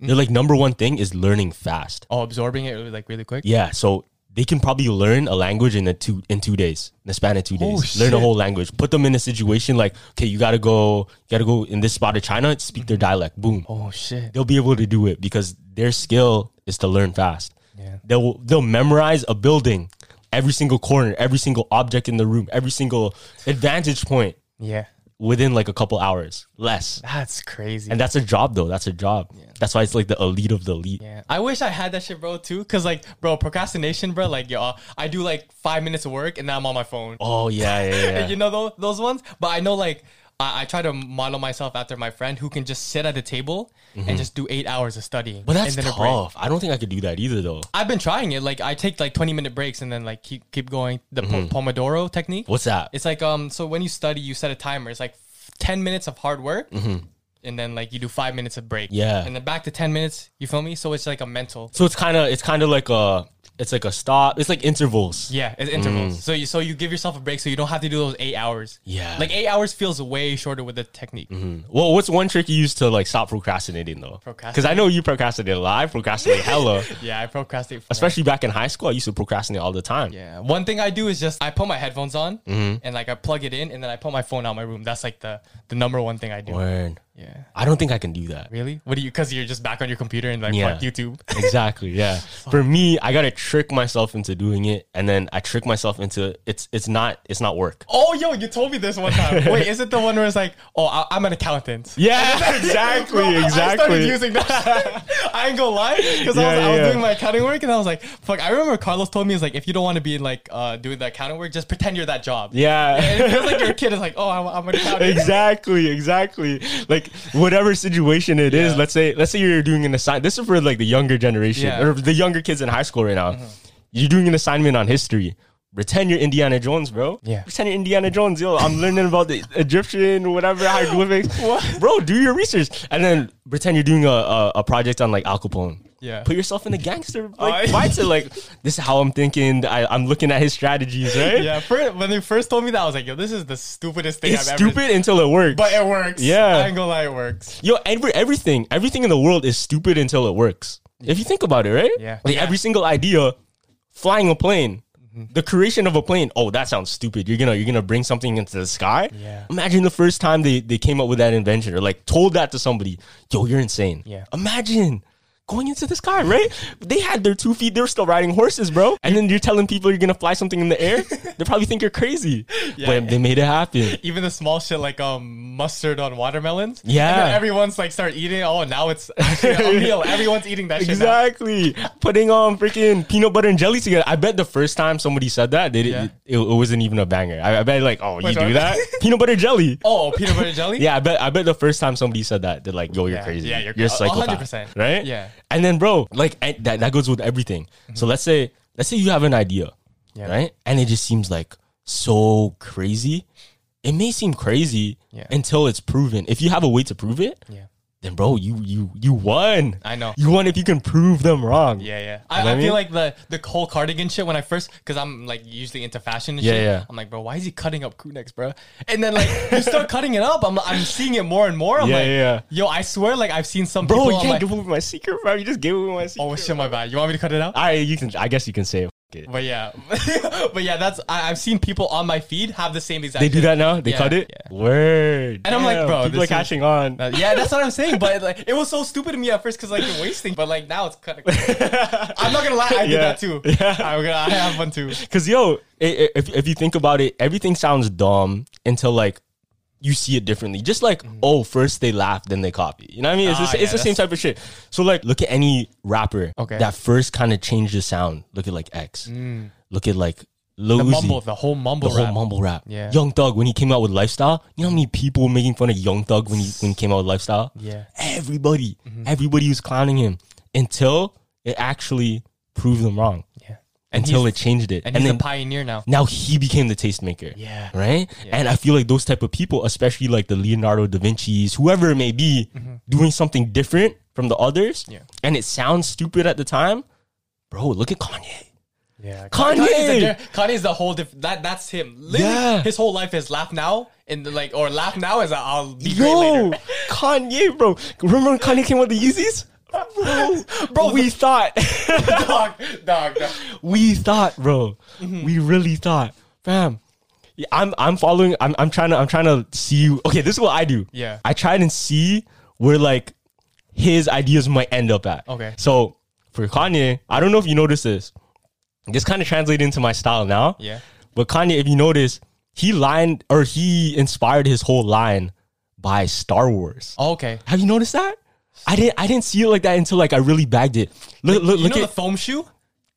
Their like number one thing is learning fast.
Oh, absorbing it like really quick.
Yeah. So they can probably learn a language in a two in two days, in the span of two days.
Oh,
learn a
shit.
whole language. Put them in a situation like, okay, you gotta go, you gotta go in this spot of China, speak their dialect. Boom
Oh shit.
they'll be able to do it because their skill is to learn fast.
Yeah.
They'll they'll memorize a building, every single corner, every single object in the room, every single advantage point
Yeah.
within like a couple hours, less.
That's crazy.
And that's a job though. That's a job. That's why it's like the elite of the elite.
Yeah, I wish I had that shit, bro, too. Cause like, bro, procrastination, bro. Like, yo, I do like five minutes of work and then I'm on my phone.
Oh yeah, yeah, yeah.
You know tho- those ones. But I know like, I, I try to model myself after my friend who can just sit at a table and just do eight hours of studying.
Mm-hmm. but that's
and a break.
tough. I don't think I could do that either though.
I've been trying it. Like, I take like twenty minute breaks and then like keep keep going. The po-
Mm-hmm.
Pomodoro technique.
What's that?
It's like um, so when you study, you set a timer. It's like f- ten minutes of hard work. And then like you do five minutes of break,
Mm-hmm. Yeah.
and then back to ten minutes. You feel me? So it's like a mental.
so it's kind of it's kind of like a it's like a stop. It's like intervals.
Yeah, it's intervals. So you so you give yourself a break, so you don't have to do those eight hours.
Mm. Yeah. Mm-hmm.
like eight hours feels way shorter with the technique.
Well, what's one trick you use to like stop procrastinating though? Because I know you procrastinate a lot. I procrastinate hella.
Yeah, I procrastinate. For
especially back in high school, I used to procrastinate all the time.
yeah, one thing I do is just I put my headphones on
Mm-hmm.
and like I plug it in, and then I put my phone out my room. That's like the the number one thing I do.
Word.
Yeah,
I don't think I can do that.
really? What do you? Because you're just back on your computer and like
Yeah.
fuck YouTube.
Exactly. Yeah. For me, I gotta trick myself into doing it, and then I trick myself into it's it's not it's not work.
Oh, yo, you told me this one time. Wait, is it the one where it's like, oh, I, I'm an accountant?
Yeah. Exactly.
I started
Exactly.
using that. I ain't gonna lie, because
Yeah,
I, was, I
yeah.
was doing my accounting work and I was like, "Fuck!" I remember Carlos told me, "Is like if you don't want to be in like uh, doing the accounting work, just pretend you're that job."
Yeah.
and it feels like your kid is like, "Oh, I'm, I'm an accountant."
exactly exactly like whatever situation it is, let's say let's say you're doing an assignment this is for like the younger generation
Yeah. Uh-huh.
or the younger kids in high school right now you're doing an assignment on history pretend you're indiana jones bro
Yeah.
pretend you're indiana jones yo i'm learning about the egyptian whatever hieroglyphics bro do your research and then pretend you're doing a, a, a project on like al capone
Yeah. Oh,
Put yourself in a gangster like
I-
mindset. Like this is how I'm thinking. I, I'm looking at his strategies, right?
Yeah. fir- when they first told me that, I was like, "Yo, this is the stupidest thing
It's
I've
stupid
ever."
until it works.
But it works.
Yeah.
I ain't gonna lie, it works.
Yo, every, everything, everything in the world is stupid until it works. If you think about it, right?
Yeah.
Like
Yeah.
every single idea, flying a plane,
Mm-hmm.
the creation of a plane. Oh, that sounds stupid. You're gonna you're gonna bring something into the sky.
Yeah.
Imagine the first time they they came up with that invention or like told that to somebody. Yo, you're insane.
Yeah.
Imagine. Going into the sky, right? They had their two feet. They were still riding horses, bro. And then you're telling people you're gonna fly something in the air. they probably think you're crazy, but they made it happen.
Even the small shit like um mustard on watermelons. And
Yeah.
then everyone's like start eating. it. Oh, now it's actually a meal. Everyone's eating that shit. now.
Exactly. Putting um freaking peanut butter and jelly together. I bet the first time somebody said that, they didn't, it, it wasn't even a banger. I, I bet like, oh, you
Which
do
one?
that? peanut butter jelly.
Oh, peanut butter jelly.
Yeah, I bet I bet the first time somebody said that, they're like, yo, you're
Yeah.
crazy.
Yeah, you're
you're a
cra- a
psychopath.
hundred percent.
Right?
Yeah. Mm-hmm.
And then bro, like I, that, that goes with everything. So let's say let's say you have an idea. Right? And it just seems like so crazy. It may seem crazy
Yeah.
until it's proven. If you have a way to prove it,
Yeah.
then bro, you you you won.
I know.
You won if you can prove them wrong.
Yeah, yeah.
You know
I,
what
I
I
feel
mean?
like the the Cole cardigan shit when I first, because I'm like usually into fashion. And
Yeah,
shit.
yeah.
I'm like, bro, why is he cutting up crew necks, bro? And then like you start cutting it up. I'm I'm seeing it more and more. I'm
Yeah,
like,
yeah.
Yo, I swear, like I've seen some
Bro,
people.
you
I'm
can't
like,
give away my secret, bro. You just gave away my secret.
oh shit, my bad. You want me to cut it out?
I you can I guess you can say it. F- it.
but yeah, but yeah, that's I, I've seen people on my feed have the same exact.
They do
shit.
that now? They
Yeah,
cut it?
yeah.
Word.
And I'm like,
Damn,
bro,
people
this
are
is-
catching on.
Uh, yeah, that's what I'm saying. But like, it was so stupid to me at first because like you're wasting. But like now it's kind of. I'm not gonna lie, I did
Yeah.
that too. I'm gonna, I have one too.
Cause yo, i- i- if if you think about it, everything sounds dumb until like you see it differently. Just like oh, first they laugh, then they copy. You know what I mean? It's,
Mm-hmm. Ah,
the, sa- it's the
yeah,
same type of shit. So like, look at any rapper
Okay. Mm.
that first kind of changed the sound. Look at like X. Look at like Lil
The
Uzi.
mumble, the whole mumble,
the whole
rap.
mumble rap.
Yeah.
Young Thug when he came out with Lifestyle, you know how many people were making fun of Young Thug when he when he came out with Lifestyle?
Yeah. Mm-hmm.
Everybody, everybody was clowning him until it actually proved them wrong.
Yeah.
until
he's-
it changed it,
and, he's a pioneer now.
now he became the tastemaker.
Yeah.
Right? And I feel like those type of people, especially like the Leonardo da Vinci's, whoever it may be, doing something different from the others,
Mm-hmm. Yeah.
and it sounds stupid at the time. Bro, look at Kanye.
Yeah,
Kanye!
Kanye's the, Kanye's the whole diff- that that's him. Literally,
Yeah.
his whole life is laugh now and like or laugh now is a, I'll be great
Yo,
later.
Kanye, bro. Remember when Kanye came with the Yeezys? bro. bro we thought.
dog, dog, dog.
we thought, bro. We really thought, fam. Yeah, I'm I'm following. I'm I'm trying to I'm trying to see. Okay, this is what I do.
Yeah.
I try and see where like his ideas might end up at.
Okay.
So for Kanye, I don't know if you noticed this. This kind of translated into my style now.
Yeah.
But Kanye, if you notice, he lined or he inspired his whole line by Star Wars.
okay.
Have you noticed that? I didn't. I didn't see it like that until like I really bagged it. Look, look,
you
look
know
at
the foam shoe?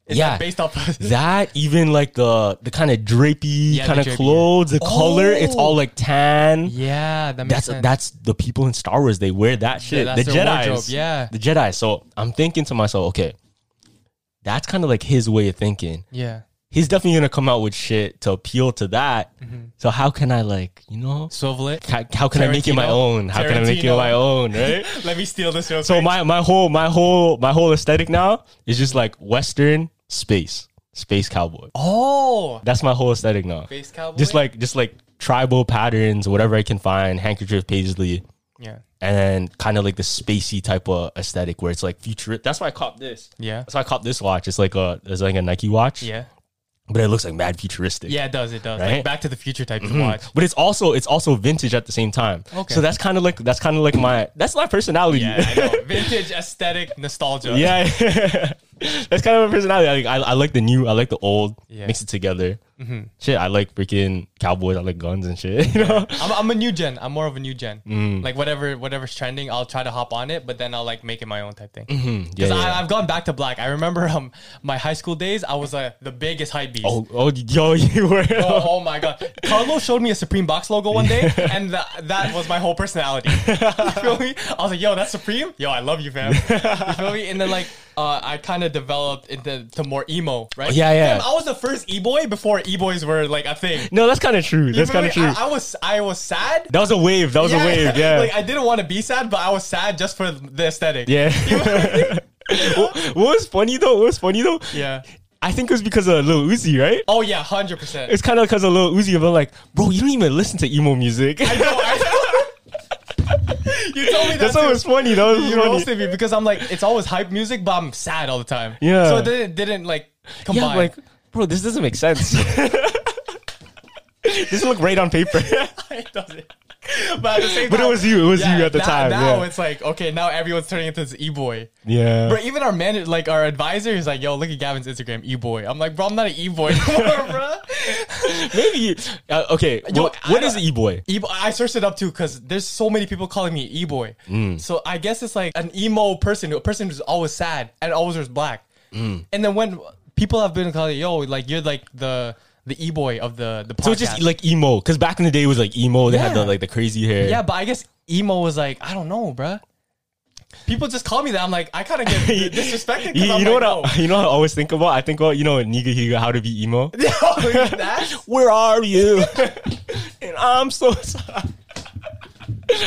It's
Yeah.
like based off
that even like the the kind of drapey
Yeah, the
kind of
drapey,
clothes, the color, it's all
Oh.
like tan.
Yeah, that makes
That's
sense.
that's the people in Star Wars. They wear that shit.
that's
the
their
Jedi,
wardrobe, yeah.
the Jedi. So I'm thinking to myself, okay, that's kind of like his way of thinking.
yeah.
He's definitely gonna come out with shit to appeal to that.
Mm-hmm.
So how can I like you know?
Swivel it.
How, how can I make it my
Tarantino.
own? How can I make it
Tarantino.
my own? Right.
Let me steal this real
So
quick.
my my whole my whole my whole aesthetic now is just like Western space space cowboy.
Oh,
That's my whole aesthetic now.
Space cowboy?
Just like just like tribal patterns, whatever I can find, handkerchief paisley,
yeah.
and then kind of like the spacey type of aesthetic where it's like future. That's why I caught this.
Yeah.
That's why I caught this watch. It's like a it's like a Nike watch.
Yeah.
But it looks like mad futuristic.
Yeah, it does. It does.
Right? Mm-hmm.
Like Back to the Future type of watch.
But it's also it's also vintage at the same time.
Okay.
So that's kind of like that's kind of like my that's my personality.
Yeah, I know. vintage aesthetic nostalgia.
Yeah, that's kind of my personality. I, I, I like the new, I like the old,
Yeah. Mm-hmm.
mix it together. Shit, I like freaking cowboys, I like guns and shit. You know,
I'm, I'm a new gen. I'm more of a new gen.
Mm.
Like whatever whatever's trending, I'll try to hop on it, but then I'll like make it my own type thing. Because
Mm-hmm. yeah, yeah.
I've gone back to black. I remember um my high school days. I was uh, the biggest hype beast.
oh, oh, yo, you were.
Oh, oh my god! Carlos showed me a Supreme box logo one day, and tha- that was my whole personality. You feel me? I was like, "Yo, that's Supreme. Yo, I love you, fam." You feel me? And then like, uh, I kind of developed into to more emo, right?
Yeah, yeah.
Fam, I was the first e boy before e boys were like a thing.
No, that's kind of true.
You
That's
feel
kind
me?
of true.
I, I was I was sad.
that was a wave. That was a wave. Yeah,
Like I didn't want to be sad, but I was sad just for the aesthetic.
yeah. what, what was funny though? What was funny though?
Yeah.
I think it was because of Lil Uzi, right?
Oh yeah, hundred percent.
It's kind of because of Lil Uzi, but like, bro, you don't even listen to emo music.
I know. I know. you told me that
that's what
too.
was funny. That was
You
funny.
roasted me because I'm like it's always hype music, but I'm sad all the time.
Yeah.
So it didn't, didn't like combine.
Yeah, I'm like, bro, this doesn't make sense. this look great on paper.
it doesn't. But at the same
But it
time-
was you, it was you at the
now-
time,
Now
yeah.
it's like okay, now everyone's turning into this e boy.
yeah.
Bro, even our manager, like our advisor, is like, "Yo, look at Gavin's Instagram, e boy." I'm like, "Bro, I'm not an e boy anymore, bro."
Maybe. Uh, okay.
Yo,
what-
I
what
don't-
is e boy?
E- I searched it up too because there's so many people calling me e boy.
Mm.
So I guess it's like an emo person, a person who's always sad and always wears black.
Mm.
And then when people have been calling, yo, like you're like the the e boy of the the podcast.
So it's just like emo, because back in the day it was like emo. They had the
Yeah.
like the crazy hair.
yeah, but I guess emo was like I don't know, bruh. People just call me that. I'm like I kind of get disrespected. 'cause
You,
I'm
you know
like, oh.
what? I, you know what I always think about. I think about you know Niga Higa, how to be emo.
yo, that's-
Where are you? and I'm so sorry.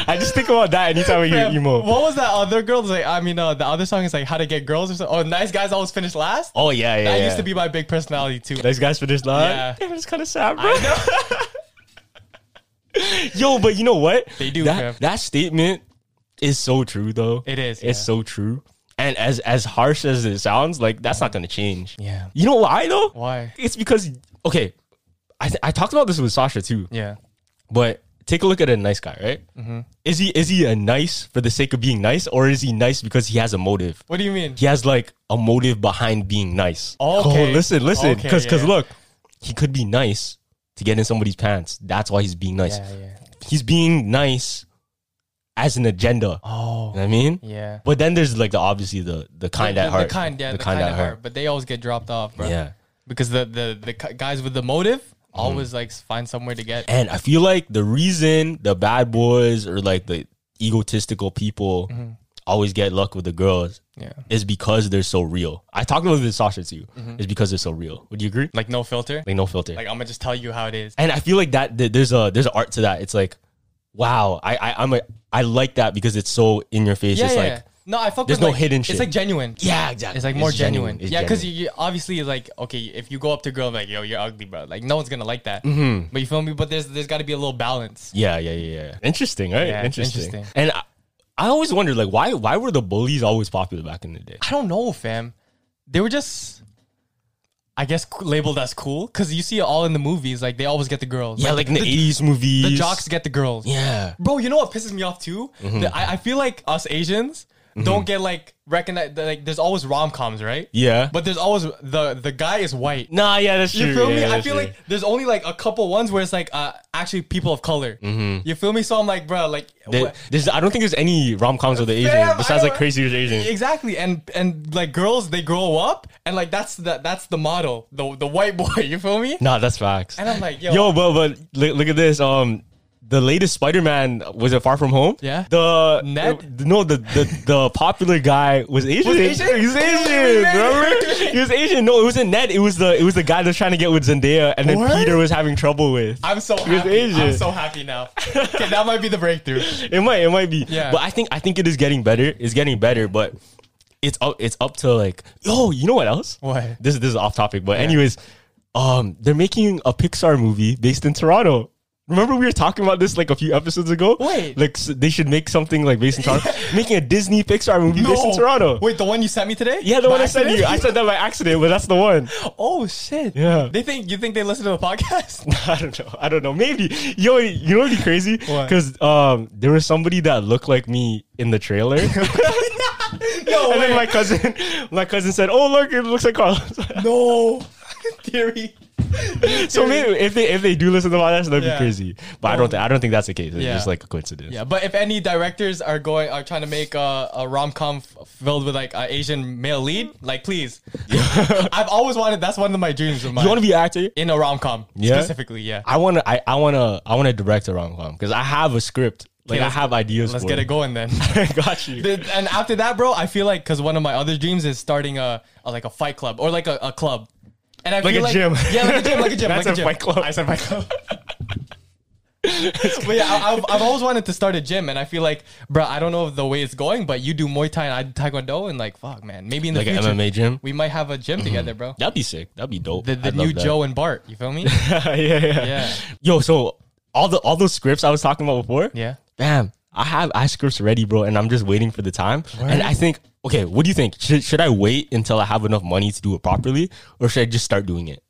I just think about that anytime I hear
Fam,
emo.
What was that other girl? It's Like I mean, uh, the other song is like how to get girls or something. Oh, nice guys always finish last.
Oh yeah, yeah.
that
yeah.
used to be my big personality too.
These guys finished
Yeah.
last. Damn, it's kind of sad, bro. Yo, but you know what?
They do, fam.
That, that statement is so true, though.
It is,
It's
yeah.
so true. And as as harsh as it sounds, like that's not gonna change.
Yeah.
You know why though?
Why?
It's because okay, I I talked about this with Sasha too.
Yeah. Mm-hmm.
But take a look at a nice guy, right? Is he is he a nice for the sake of being nice, or is he nice because he has a motive?
What do you mean?
he has like a motive behind being nice.
Okay.
Oh, listen, listen,
Okay,
because because
yeah.
look, he could be nice to get in somebody's pants. That's why he's being nice.
yeah.
He's being nice as an agenda.
Oh.
You know what I mean,
Yeah.
But then there's like the obviously the the kind
the,
at
the
heart,
kind, yeah, the, kind, at heart. But they always get dropped off, bro.
Yeah. Mm-hmm.
Because the the the cu- guys with the motive always like find somewhere to get.
And I feel like the reason the bad boys or like the egotistical people always get luck with the girls
Mm-hmm. Yeah.
is because they're so real. I talked about this with Sasha too. It's because they're so real. Would you agree?
Mm-hmm. Like no filter. Like,
Like no filter.
I'm gonna just tell you how it is.
and I feel like that th- there's a there's an art to that. It's like, wow, I, I I'm a I like that because it's so in your face.
yeah,
it's
yeah.
like,
no, I fuck
there's
with
no
like,
hidden shit.
It's like genuine.
yeah, exactly.
It's like more genuine.
It's
Yeah, because you,
genuine.
you obviously like okay, if you go up to a girl like yo, you're ugly, bro. Like no one's gonna like that.
Mm-hmm.
But you feel me? But there's there's got to be a little balance.
yeah, yeah, yeah, yeah. Interesting, right?
Yeah, it's
interesting.
interesting.
And I, I always wondered like why why were the bullies always popular back in the day?
I don't know, fam. They were just, I guess, c- labeled as cool because you see it all in the movies. Like they always get the girls.
Yeah, like in the
the,
eighties movies.
the jocks get the girls.
Yeah. Mm-hmm.
Bro, you know what pisses me off too? That I, I feel like us Asians don't get like recognized. Like there's always rom coms, right?
Yeah.
But there's always the the guy is white.
Nah, yeah, that's true.
You feel
yeah,
me? I
that's
feel
true.
like there's only like a couple ones where it's like uh, actually people of color.
Mm-hmm.
You feel me? So I'm like, bro, like
There-
what-
there's, I don't think there's any rom coms of the Asian
Fam,
besides
I
like
don't-
Crazy Rich Asian.
Exactly, and and like girls, they grow up, and like that's the that's the model, the the white boy. You feel me?
Nah, that's facts.
And I'm like, yo,
Yo, but but look, look at this. Um, the latest Spider Man was it Far From Home?
Yeah.
The
Ned?
the- no, the the, the popular guy was Asian.
Asian?
He was Asian.
Ned.
Remember? he was Asian. No, it wasn't Ned. It was the it was the guy that's trying to get with Zendaya, and then
What?
Peter was having trouble with.
I'm so
He was
happy. I'm
Asian.
so happy now. okay, that might be the breakthrough.
it might it might be
Yeah.
but i think i think it is getting better it's getting better but it's up it's up to like yo you know what else
What?
this this is off topic but anyways um they're making a pixar movie based in toronto Remember we were talking about this like a few episodes ago.
Wait.
like s- they should make something like based in Toronto. Making a Disney Pixar movie based in Toronto.
Wait, the one you sent me today?
Yeah, the
By
one I sent you.
accident?
I sent that by accident, but that's the one.
oh shit.
Yeah.
They think you think they listen to the podcast?
I don't know. I don't know. Maybe yo, you know what'd be crazy?
What?
Because um, there was somebody that looked like me in the trailer.
No
and
way.
then my cousin, my cousin said, "Oh look, it looks like Carlos."
no. Theory.
so maybe if they if they do listen to my podcast, that'd
Yeah.
be crazy. But I don't think I don't think that's the case. It's
Yeah.
just like a coincidence.
Yeah, but if any directors are going are trying to make a, a rom com f- filled with like an Asian male lead, like please, I've always wanted. That's one of my dreams of mine.
You want to be an actor?
in a rom com
Yeah?
specifically? Yeah.
I wanna I, I wanna I wanna direct a rom com because I have a script. Like I
let's-
have ideas.
Let's
for
get it going then.
Got you.
Th- and after that, bro, I feel like because one of my other dreams is starting a, a like a fight club or like a, a club. And I
Like
feel
a gym.
Yeah, like a gym, like a gym, like
That's a
a gym.
fight club.
I said fight club. but yeah, I, I've, I've always wanted to start a gym, and I feel like, bro, I don't know the way it's going, but you do Muay Thai and I do Taekwondo, and like, fuck, man, maybe in the
Like an
future,
MMA gym?
we might have a gym together, bro.
That'd be sick. That'd be dope.
The, the
I'd
new
love that.
Joe and Bart, you feel me?
yeah, yeah,
Yeah.
Yo, so all the all those scripts I was talking about before.
Yeah.
Bam. I have I scripts ready, bro, and I'm just waiting for the time. And I think, okay, what do you think? Should should I wait until I have enough money to do it properly, or should I just start doing it?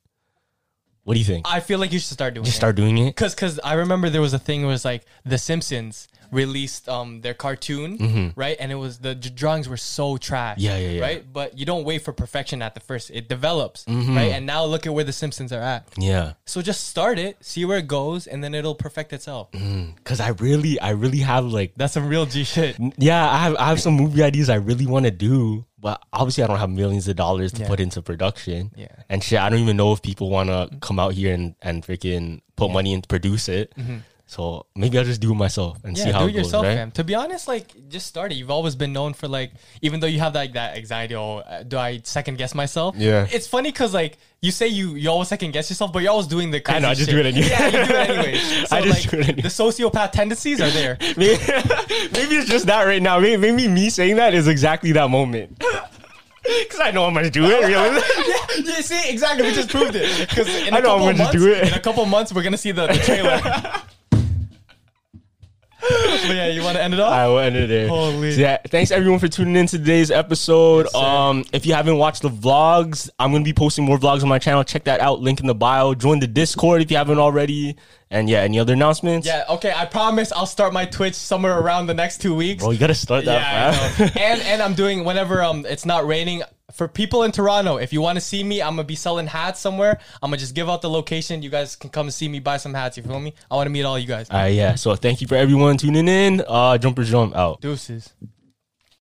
What do you think?
I feel like you should start doing.
just
it.
start doing it.
Cause, cause I remember there was a thing. It was like The Simpsons released um their cartoon, right? And it was the d- drawings were so trash.
Mm-hmm. Yeah, yeah, yeah.
Right, but you don't wait for perfection at the first. It develops,
Mm-hmm.
right? And now look at where The Simpsons are at.
Yeah,
So just start it, see where it goes, and then it'll perfect itself.
because I really, I really have like,
That's some real G shit.
yeah, I have I have some movie ideas I really want to do, but obviously I don't have millions of dollars to put into production.
Yeah.
and shit, I don't even know if people want to come out here and and freaking put money and produce it. So maybe I'll just do it myself and see
Mm-hmm. Yeah,
how
do
it
it yourself,
goes, right?
fam. To be honest, like just start it. You've always been known for like, even though you have like that anxiety, oh, uh, do I second guess myself?
Yeah.
it's funny because like you say you you always second guess yourself, but you're always doing the crazy
I know, I just
shit.
do it anyway.
Yeah, you do it anyway. So,
I just
like,
do it anyway.
The sociopath tendencies are there.
Maybe, maybe it's just that right now. Maybe, maybe me saying that is exactly that moment. Because I know I'm going to do it. Really.
you see, exactly. We just proved it. Because in
I
a
know, I'm
couple
gonna
months,
do it.
in a couple months, we're gonna see the, the trailer. but yeah, you want to end it off?
I will end it there.
Holy.
So yeah, thanks everyone for tuning in to today's episode.
sir.
um, if you haven't watched the vlogs, I'm going to be posting more vlogs on my channel. Check that out. Link in the bio. Join the Discord if you haven't already. And yeah, any other announcements?
yeah. Okay. I promise I'll start my Twitch somewhere around the next two weeks.
Bro, you got to start that.
Yeah, I
man.
know. and and I'm doing whenever um it's not raining for people in Toronto. If you want to see me, I'm gonna be selling hats somewhere. I'm gonna just give out the location. You guys can come see me buy some hats. You feel me? I want to meet all you guys.
All right, yeah. So thank you for everyone tuning in. Uh, Jumper Jump out.
Deuces.